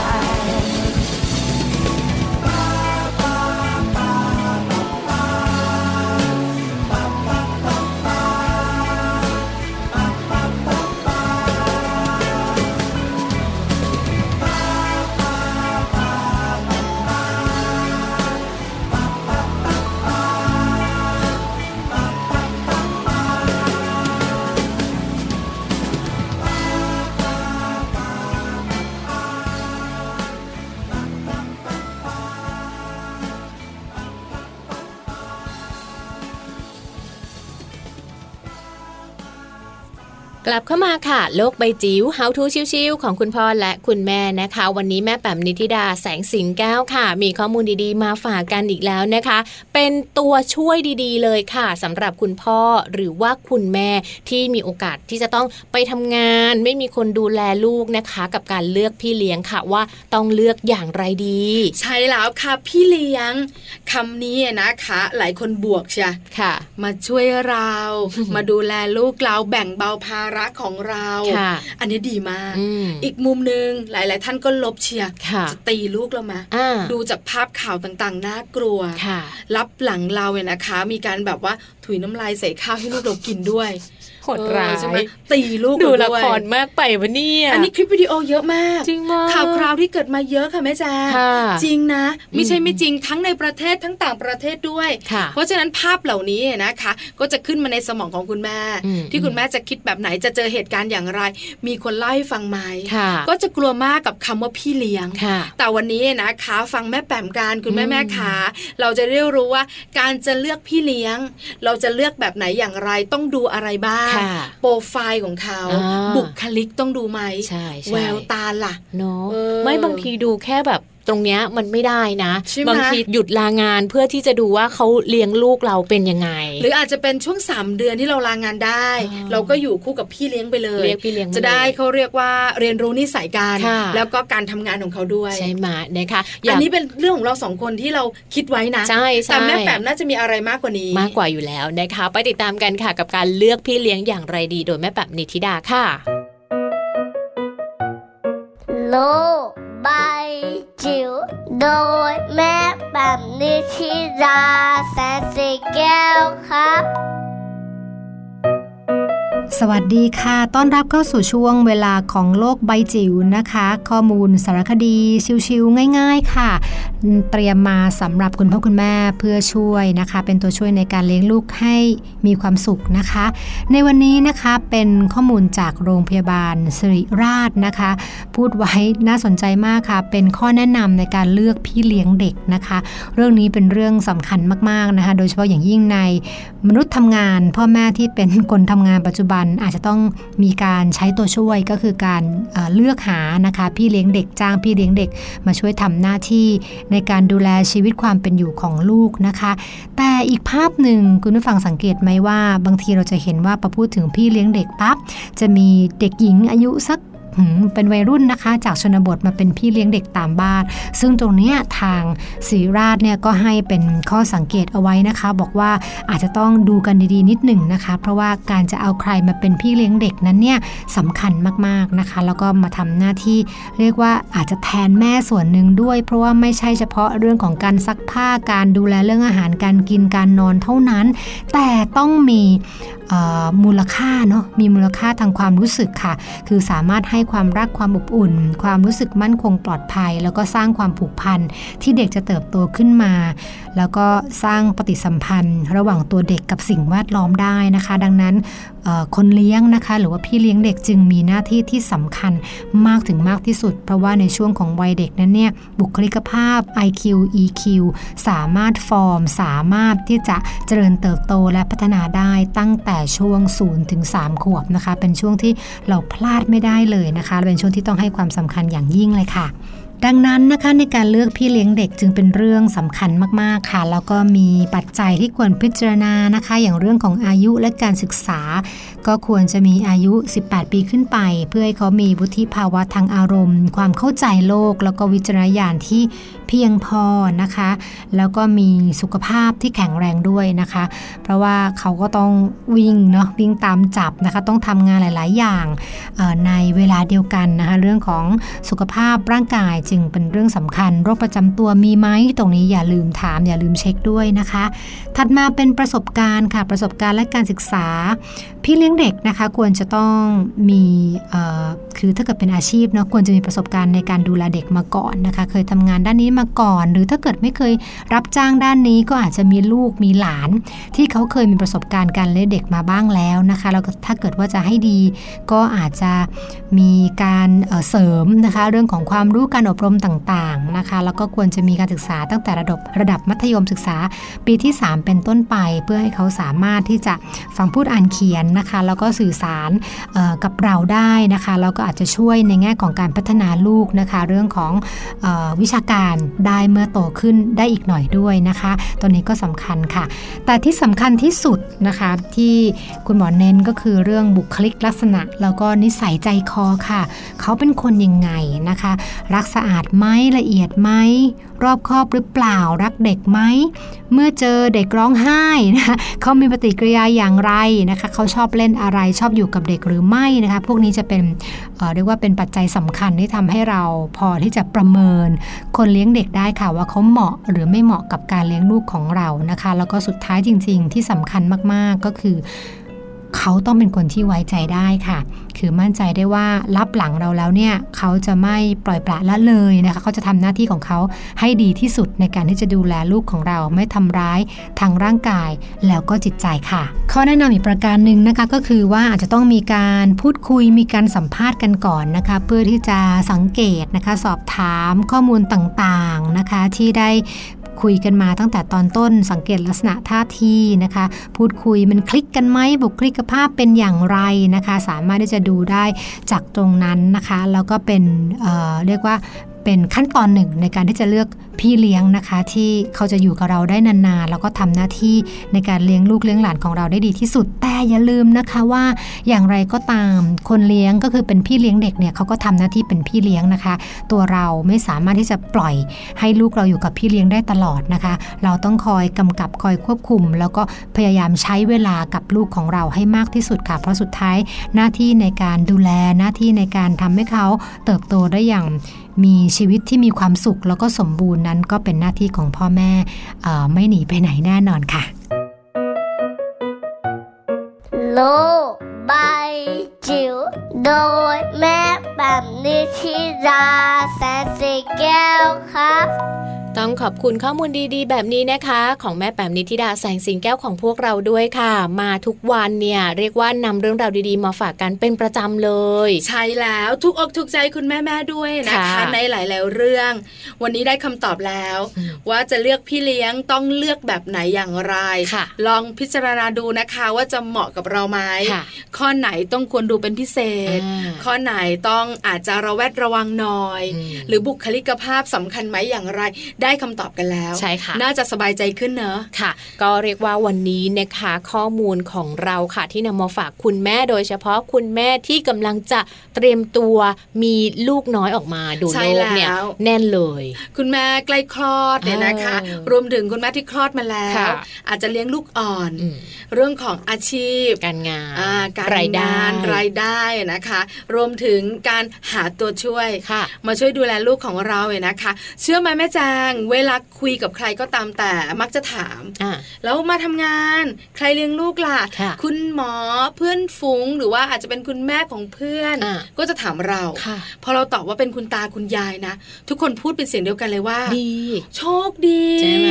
Speaker 6: ใ
Speaker 5: กลับเข้ามาค่ะ โลกใบจิ๋ว How to ชิวๆของคุณพ่อและคุณแม่นะคะ วันนี้แม่แปมนิธิดาแสงสิงแก้วค่ะ มีข้อมูลดีๆ มาฝากกันอีกแล้วนะคะ เป็นตัวช่วยดีๆ เลยค่ะสำหรับคุณพ่อหรือว่าคุณแม่ที่มีโอกาสที่จะต้องไปทำงาน ไม่มีคนดูแลลูกนะคะ กับการเลือกพี่เลี้ยงค่ะว่าต้องเลือกอย่างไรดี
Speaker 3: ใช่แล้วค่ะพี่เลี้ยงคำนี้นะคะ หลายคนบวกใช่
Speaker 5: ค่ะ
Speaker 3: มาช่วยเรา มาดูแลลูกเราแบ่งเบาภาระของเรา
Speaker 5: ค่ะ
Speaker 3: อันนี้ดีมาก
Speaker 5: อืม
Speaker 3: อีกมุมหนึ่งหลาย ๆ ท่านก็ลบเชียร์
Speaker 5: ค่ะ
Speaker 3: จะตีลูกเรามา
Speaker 5: อ่า
Speaker 3: ดูจากภาพข่าวต่าง ๆ น่ากลัว
Speaker 5: ค่ะ
Speaker 3: รับหลังเราเนี่ยนะคะ มีการแบบว่าถุยน้ำลายใส่ข้าวให้ลูกเรากินด้วย
Speaker 5: โหดร้าย
Speaker 3: เออใช่ไหมตีลูก
Speaker 5: ดู
Speaker 3: เรา
Speaker 5: ละ
Speaker 3: ด้วย
Speaker 5: ครมากไปวะเนี่ย
Speaker 3: อันนี้คลิปวิดีโอเยอะมาก
Speaker 5: จริงมาก
Speaker 3: ข่าวคราวที่เกิดมาเยอะค่ะแม่แจ้
Speaker 5: ค่ะ
Speaker 3: จริงนะ ไม่ใช่
Speaker 5: อืม
Speaker 3: ไม่จริงทั้งในประเทศทั้งต่างประเทศด้วย
Speaker 5: ค่ะ
Speaker 3: เพราะฉะนั้นภาพเหล่านี้นะคะ ก็จะขึ้นมาในสมองของคุณแม่
Speaker 5: อืม
Speaker 3: ที่คุณแม่จะคิดแบบไหนจะเจอเหตุการณ์อย่างไร มีคนเล่าให้ฟังไหม
Speaker 5: ค่ะ
Speaker 3: ก็จะกลัวมากกับคำว่าพี่เลี้ยง
Speaker 5: ค่ะ
Speaker 3: แต่วันนี้นะคะ ฟังแม่แปมการคุณ
Speaker 5: อื
Speaker 3: แม่
Speaker 5: ม
Speaker 3: แม่ขาเราจะได้รู้ว่าการจะเลือกพี่เลี้ยง เราจะเลือกแบบไหนอย่างไรต้องดูอะไรบ้าง
Speaker 5: ค่ะ
Speaker 3: โปรไฟล์ของเขา
Speaker 5: อ่า
Speaker 3: บุคลิกต้องดูไหม
Speaker 5: ใช่ใช่
Speaker 3: แววตาล่ะ
Speaker 5: เนาะ
Speaker 3: เออ
Speaker 5: ไม่บางทีดูแค่แบบตรงเนี้ยมันไม่ได้นะ
Speaker 3: ใช่ไหม
Speaker 5: บางทีหยุดลางานเพื่อที่จะดูว่าเขาเลี้ยงลูกเราเป็นยังไง
Speaker 3: หรืออาจจะเป็นช่วง 3 เดือนที่เราลางานได้
Speaker 5: อ่า
Speaker 3: เราก็อยู่คู่กับพี่เลี้ยงไปเลย
Speaker 5: เรียกพี่เลี้ยงมา
Speaker 3: จะได้
Speaker 5: เลย
Speaker 3: เขาเรียกว่าเรียนรู้นิสัยการ
Speaker 5: ค่ะ
Speaker 3: แล้วก็การทำงานของเขาด้วย
Speaker 5: ใช่ไหมนะคะ
Speaker 3: อันนี้เป็นเรื่องของเราสองคนที่เราคิดไว้นะ
Speaker 5: ใช่ใช่
Speaker 3: แต่แม่แปมน่าจะมีอะไรมากกว่านี้
Speaker 5: มากกว่าอยู่แล้วนะคะ ไปติดตามกันค่ะกับการเลือกพี่เลี้ยงอย่างไรดีโดยแม่แบบนิธิดาค่ะ
Speaker 7: lô bay chiều đôi mép bằng đi khi ra sẽ xì keo khắp
Speaker 8: สวัสดีค่ะ ต้อนรับเข้าสู่ช่วงเวลาของโลกใบจิ๋วนะคะ ข้อมูลสารคดีชิวๆง่าย ๆค่ะ เตรียมมาสำหรับคุณพ่อคุณแม่เพื่อช่วยนะคะ เป็นตัวช่วยในการเลี้ยงลูกให้มีความสุขนะคะ ในวันนี้นะคะเป็นข้อมูลจากโรงพยาบาลสิริราชนะคะ พูดไว้น่าสนใจมากค่ะ เป็นข้อแนะนำในการเลือกพี่เลี้ยงเด็กนะคะ เรื่องนี้เป็นเรื่องสำคัญมากๆนะคะ โดยเฉพาะอย่างยิ่งใน มนุษย์ทำงานพ่อแม่ที่เป็นคนทำงานปัจจุบัน อาจจะต้องมีการใช้ตัวช่วยก็คือการเอ่อเลือกหานะคะ พี่เลี้ยงเด็กจ้างพี่เลี้ยงเด็ก มาช่วยทำหน้าที่ในการดูแลชีวิตความเป็นอยู่ของลูกนะคะ แต่อีกภาพหนึ่งคุณผู้ฟังสังเกตไหมว่า บางทีเราจะเห็นว่าพอพูดถึงพี่เลี้ยงเด็กปั๊บจะมีเด็กหญิงอายุสักหืมเป็นวัยรุ่นนะคะ จากชนบทมาเป็นพี่เลี้ยงเด็กตามบ้าน ซึ่งตรงเนี้ยทางศรีราชเนี่ยก็ให้เป็นข้อสังเกตเอาไว้นะคะ บอกว่าอาจจะต้องดูกันดีๆนิดหนึ่งนะคะ เพราะว่าการจะเอาใครมาเป็นพี่เลี้ยงเด็กนั้นเนี่ยสำคัญมากๆนะคะ แล้วก็มาทำหน้าที่ เรียกว่าอาจจะแทนแม่ส่วนหนึ่งด้วย เพราะว่าไม่ใช่เฉพาะเรื่องของการซักผ้าการดูแลเรื่องอาหารการกินการนอนเท่านั้น แต่ต้องมีเอ่อมูลค่าเนาะมีมูลค่าทางความรู้สึกค่ะ คือสามารถให้ความรักความอบอุ่น ความรู้สึกมั่นคงปลอดภัย แล้วก็สร้างความผูกพันที่เด็กจะเติบโตขึ้นมา แล้วก็สร้างปฏิสัมพันธ์ ระหว่างตัวเด็กกับสิ่งแวดล้อมได้นะคะ ดังนั้นเอ่อคนเลี้ยงนะคะ หรือว่าพี่เลี้ยงเด็กจึงมีหน้าที่ที่สำคัญมากถึงมากที่สุด เพราะว่าในช่วงของวัยเด็กนั้นเนี่ยบุคลิกภาพ IQ EQ สามารถฟอร์ม สามารถที่จะเจริญเติบโตและพัฒนาได้ตั้งแต่ช่วง0ถึง3ขวบนะคะ เป็นช่วงที่เราพลาดไม่ได้เลยนะคะและเป็นช่วงที่ต้องให้ความสำคัญอย่างยิ่งเลยค่ะ ดังนั้นนะคะในการเลือกพี่เลี้ยงเด็กจึงเป็นเรื่องสำคัญมากๆค่ะ แล้วก็มีปัจจัยที่ควรพิจารณานะคะ อย่างเรื่องของอายุและการศึกษา ก็ควรจะมีอายุ 18 ปีขึ้นไป เพื่อให้เขามีวุฒิภาวะทางอารมณ์ ความเข้าใจโลก แล้วก็วิจารณญาณที่เพียงพอนะคะ แล้วก็มีสุขภาพที่แข็งแรงด้วยนะคะ เพราะว่าเขาก็ต้องวิ่งเนาะวิ่งตามจับนะคะ ต้องทำงานหลาย ๆ อย่าง เอ่อในเวลาเดียวกันนะคะ เรื่องของสุขภาพร่างกายจึงเป็นเรื่องสำคัญ โรคประจำตัวมีไหมตรงนี้อย่าลืมถาม อย่าลืมเช็คด้วยนะคะ ถัดมาเป็นประสบการณ์ค่ะ ประสบการณ์และการศึกษา พี่เลี้ยงเด็กนะคะ ควรจะต้องมีเอ่อคือถ้าเกิดเป็นอาชีพเนาะควรจะมีประสบการณ์ในการดูแลเด็กมาก่อนนะคะ เคยทำงานด้านนี้มาก่อน หรือถ้าเกิดไม่เคยรับจ้างด้านนี้ก็อาจจะมีลูกมีหลาน ที่เขาเคยมีประสบการณ์การเลี้ยงเด็กมาบ้างแล้วนะคะแล้วก็ถ้าเกิดว่าจะให้ดี ก็อาจจะมีการเอ่อเสริมนะคะ เรื่องของความรู้การอบ รมต่างๆนะคะ แล้วก็ควรจะมีการศึกษาตั้งแต่ระดับระดับมัธยมศึกษา ปีที่ 3 เป็นต้นไป เพื่อให้เขาสามารถที่จะฟังพูดอ่านเขียนนะคะ แล้วก็สื่อสารเอ่อกับเราได้นะคะแล้วก็อาจจะช่วยในแง่ของการพัฒนาลูกนะคะ เรื่องของเออวิชาการได้เมื่อโตขึ้นได้อีกหน่อยด้วยนะคะ ตัวนี้ก็สำคัญค่ะ แต่ที่สำคัญที่สุดนะคะที่คุณหมอเน้นก็คือเรื่องบุคลิกลักษณะ แล้วก็นิสัยใจคอค่ะ เขาเป็นคนยังไงนะคะ รักสะอาดไหมละเอียดไหมรอบคอบหรือเปล่า รักเด็กไหม เมื่อเจอเด็กร้องไห้นะคะเขามีปฏิกิริยาอย่างไรนะคะ เขาชอบเล่นอะไรชอบอยู่กับเด็กหรือไม่นะคะ พวกนี้จะเป็นเอ่อเรียกว่าเป็นปัจจัยสำคัญที่ทำให้เราพอที่จะประเมิน คนเลี้ยงเด็กได้ค่ะว่าเขาเหมาะหรือไม่เหมาะกับการเลี้ยงลูกของเรานะคะ แล้วก็สุดท้ายจริง ๆ ที่สำคัญมากๆก็คือ เขาต้องเป็นคนที่ไว้ใจได้ค่ะ คือมั่นใจได้ว่ารับหลังเราแล้วเนี่ยเขาจะไม่ปล่อยปละละเลยนะคะเขาจะทำหน้าที่ของเขาให้ดีที่สุดในการที่จะดูแลลูกของเราไม่ทำร้ายทางร่างกายแล้วก็จิตใจค่ะ ข้อแนะนำอีกประการหนึ่งนะคะก็คือว่าอาจจะต้องมีการพูดคุยมีการสัมภาษณ์กันก่อนนะคะ เพื่อที่จะสังเกตนะคะ สอบถามข้อมูลต่างๆนะคะ ที่ได้ คุยกันมาตั้งแต่ตอนต้นสังเกตลักษณะท่าทีนะคะ พูดคุยมันคลิกกันไหมบุคลิกภาพเป็นอย่างไรนะคะ สามารถที่จะดูได้จากตรงนั้นนะคะ แล้วก็เป็นเอ่อเรียกว่าเป็นขั้นตอนหนึ่งในการที่จะเลือกพี่เลี้ยงนะคะ ที่เขาจะอยู่กับเราได้นานๆ แล้วก็ทำหน้าที่ในการเลี้ยงลูกเลี้ยงหลานของเราได้ดีที่สุดแต่อย่าลืมนะคะว่าอย่างไรก็ตามคนเลี้ยงก็คือเป็นพี่เลี้ยงเด็กเนี่ยเขาก็ทำหน้าที่เป็นพี่เลี้ยงนะคะ ตัวเราไม่สามารถที่จะปล่อย ให้ลูกเราอยู่กับพี่เลี้ยงได้ตลอดนะคะ เราต้องคอยกำกับคอยควบคุม แล้วก็พยายามใช้เวลากับลูกของเราให้มากที่สุดค่ะ เพราะสุดท้ายหน้าที่ในการดูแลหน้าที่ในการทำให้เขาเติบโตได้อย่างมีชีวิตที่มีความสุข แล้วก็สมบูรณ์นั้นก็เป็นหน้าที่ของพ่อแม่เอ่อไม่หนีไปไหนแน่นอนค่ะ
Speaker 7: โลกใบจิ๋วโดยแม่แบบนิชิราแสนสีแก้วครับ
Speaker 5: ต้องขอบคุณข้อมูลดีๆ แบบนี้นะคะ ของแม่แปมนิธิดาแสงสิงแก้วของพวกเราด้วยค่ะ มาทุกวันเนี่ยเรียกว่านำเรื่องราวดีๆ มาฝากกันเป็นประจำเลย
Speaker 3: ใช่แล้วถูกอกถูกใจคุณแม่แม่ๆด้วยนะคะ
Speaker 5: ค่ะ
Speaker 3: ในหลาย ๆ เรื่อง วันนี้ได้คำตอบแล้ว
Speaker 5: อืม
Speaker 3: ว่าจะเลือกพี่เลี้ยงต้องเลือกแบบไหนอย่างไร
Speaker 5: ค่ะ
Speaker 3: ลองพิจารณาดูนะคะว่าจะเหมาะกับเราไหม
Speaker 5: ค่ะ
Speaker 3: ข้อไหนต้องควรดูเป็นพิเศษ
Speaker 5: อ่า
Speaker 3: ข้อไหนต้องอาจจะระแวดระวังหน่อย
Speaker 5: อืม
Speaker 3: หรือบุคลิกภาพสำคัญไหมอย่างไร ได้คำตอบกันแล้ว
Speaker 5: ใช่ค่ะ
Speaker 3: น่าจะสบายใจขึ้นเนอะ
Speaker 5: ค่ะ ก็เรียกว่าวันนี้นะคะ ข้อมูลของเราค่ะ ที่นำมาฝากคุณแม่โดยเฉพาะคุณแม่ที่กำลังจะเตรียมตัวมีลูกน้อยออกมาดู
Speaker 3: ใช่
Speaker 5: โลกเนี่ย
Speaker 3: แล้ว
Speaker 5: แน่นเลย
Speaker 3: คุณแม่ใกล้คลอดเนี่ยนะคะ
Speaker 5: เออ
Speaker 3: รวมถึงคุณแม่ที่คลอดมาแล้ว
Speaker 5: ค่ะ
Speaker 3: อาจจะเลี้ยงลูกอ่อน
Speaker 5: อืม
Speaker 3: เรื่องของอาชีพ
Speaker 5: การงาน
Speaker 3: อ่าการ
Speaker 5: รายได้
Speaker 3: งานรายได้นะคะ รวมถึงการหาตัวช่วย
Speaker 5: ค่ะ
Speaker 3: มาช่วยดูแลลูกของเราเนี่ยนะคะ เชื่อไหมแม่จางเวลาคุยกับใครก็ตามแต่มักจะถาม
Speaker 5: อ่า
Speaker 3: แล้วมาทำงานใครเลี้ยงลูกล่ะ
Speaker 5: ค่ะ
Speaker 3: คุณหมอเพื่อนฝูงหรือว่าอาจจะเป็นคุณแม่ของเพื่อน
Speaker 5: อ่ะ
Speaker 3: ก็จะถามเรา
Speaker 5: ค่ะ
Speaker 3: พอเราตอบว่าเป็นคุณตาคุณยายนะ ทุกคนพูดเป็นเสียงเดียวกันเลยว่า
Speaker 5: ดี
Speaker 3: โชคดี
Speaker 5: ใช่ไหม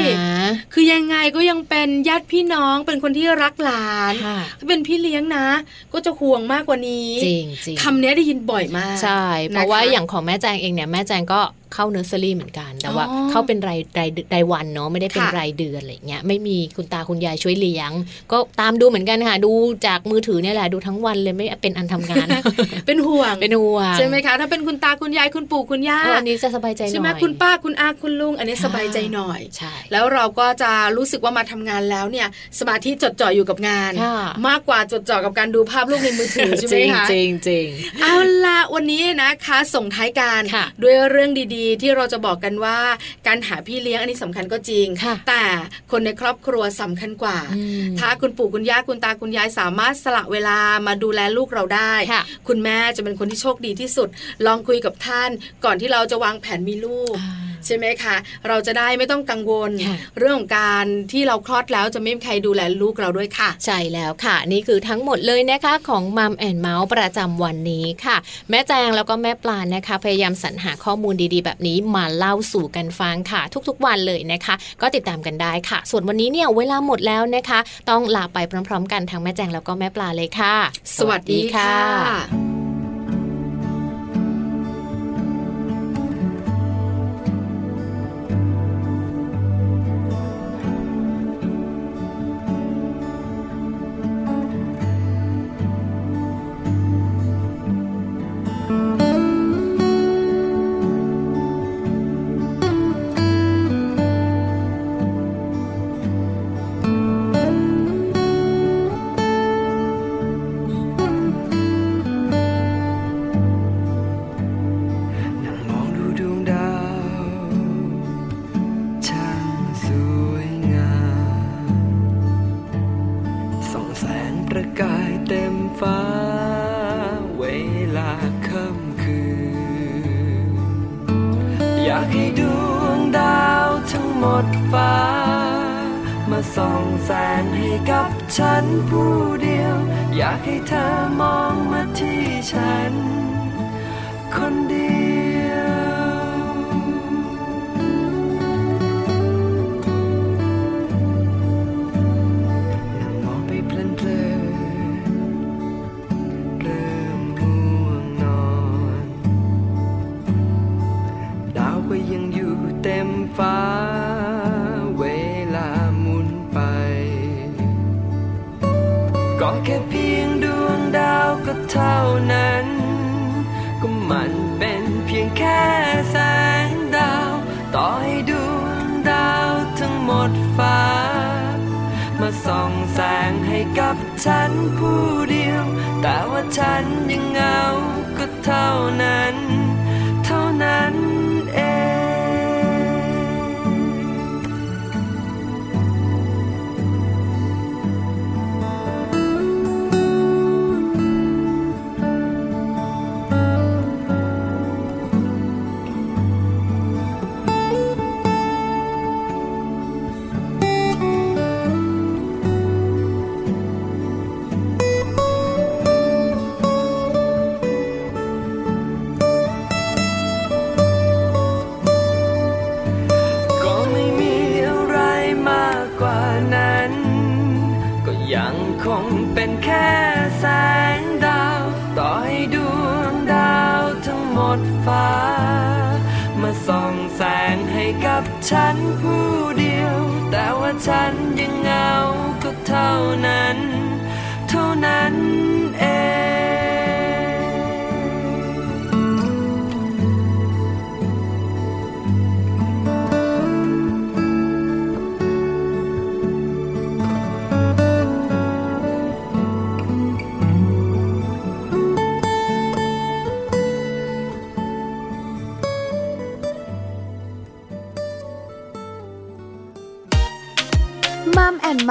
Speaker 3: คือยังไงก็ยังเป็นญาติพี่น้องเป็นคนที่รักหลาน
Speaker 5: ค่ะ
Speaker 3: ถ้าเป็นพี่เลี้ยงนะ ก็จะห่วงมากกว่านี้
Speaker 5: จริงจริง
Speaker 3: คำเนี้ยได้ยินบ่อยมาก
Speaker 5: ใช่ เพราะว่า
Speaker 3: นะคะ
Speaker 5: อย่างของแม่แจงเองเนี่ยแม่แจงก็เข้าเนอร์เซอรี่เหมือนกัน แต่ว่า
Speaker 3: อ๋อ
Speaker 5: เข้าเป็นรายรายรายวันเนาะไม่ได้เป็น
Speaker 3: ค่ะ
Speaker 5: รายเดือนอะไรเงี้ยไม่มีคุณตาคุณยายช่วยเลี้ยง ก็ตามดูเหมือนกันค่ะ ดูจากมือถือเนี่ยแหละดูทั้งวันเลยไม่เป็นอันทำ งาน
Speaker 3: เป็นห่วง
Speaker 5: เป็นห่วง
Speaker 3: ใช่ไหมคะ ถ้าเป็นคุณตาคุณยายคุณปู่คุณย่า
Speaker 5: เอออันนี้จะสบายใจหน่อย
Speaker 3: ใช่ไหมคุณป้าคุณอาคุณลุง อันนี้สบายใจหน่อย
Speaker 5: ใช่
Speaker 3: แล้วเราก็จะรู้สึกว่ามาทำงานแล้วเนี่ย สมาธิจดจ่ออยู่กับงาน
Speaker 5: ค่ะ
Speaker 3: มากกว่าจดจ่อกับการดูภาพลูกในมือ ถือใช่ไหมคะ
Speaker 5: จริงจริง
Speaker 3: เอาละวันนี้นะคะส่งท้ายการ
Speaker 5: ค่ะ
Speaker 3: ด้วยเรื่องดีๆ ที่เราจะบอกกันว่า การหาพี่เลี้ยงอันนี้สำคัญก็จริง
Speaker 5: ค่ะ
Speaker 3: แต่คนในครอบครัวสำคัญกว่า
Speaker 5: อืม
Speaker 3: ถ้าคุณปู่คุณย่าคุณตาคุณยายสามารถสละเวลามาดูแลลูกเราได้
Speaker 5: ค่ะ
Speaker 3: คุณแม่จะเป็นคนที่โชคดีที่สุด ลองคุยกับท่าน ก่อนที่เราจะวางแผนมีลูก
Speaker 5: อ่า
Speaker 3: ใช่ไหมคะ เราจะได้ไม่ต้องกังวล
Speaker 5: ค่ะ
Speaker 3: เรื่องของการที่เราคลอดแล้วจะไม่มีใครดูแลลูกเราด้วยค่ะ
Speaker 5: ใช่แล้วค่ะ นี่คือทั้งหมดเลยนะคะของมัมแอนเมาส์ประจำวันนี้ค่ะ แม่แจงแล้วก็แม่ปลานนะคะ พยายามสรรหาข้อมูลดีๆ แบบนี้มาเล่าสู่กันฟังค่ะ ทุกๆวันเลยนะคะ ก็ติดตามกันได้ค่ะ ส่วนวันนี้เนี่ยเวลาหมดแล้วนะคะ ต้องลาไปพร้อม ๆ กันทั้งแม่แจงแล้วก็แม่ปลาเลยค่ะ
Speaker 3: สวัสดีค่ะ
Speaker 5: สวัสดี
Speaker 4: อยากให้ดวงดาวทั้งหมดฟ้า มาส่องแสงให้กับฉันผู้เดียว อยากให้เธอมองมาที่ฉัน คนเดียว นั่งมองไปเพลินเพลินๆเริ่มง่วงนอน ดาวก็ยังอยู่เต็มฟ้า เวลาหมุนไป ก็แค่เพียงดวงดาวก็เท่านั้น ก็มันเป็นเพียงแค่แสงดาว ต่อให้ดวงดาวทั้งหมดฟ้า มาส่องแสงให้กับฉันผู้เดียว แต่ว่าฉันยังเหงาก็เท่านั้น เท่านั้นเอง ก็ไม่มีอะไรมากกว่านั้น ก็ยังคงเป็นแค่แสงดาว ต่อให้ดวงดาวทั้งหมดฟ้า มาส่องแสงให้กับฉันผู้เดียว แต่ว่าฉันยังเหงาก็เท่านั้น เท่านั้นเอง
Speaker 2: มัมแอนเ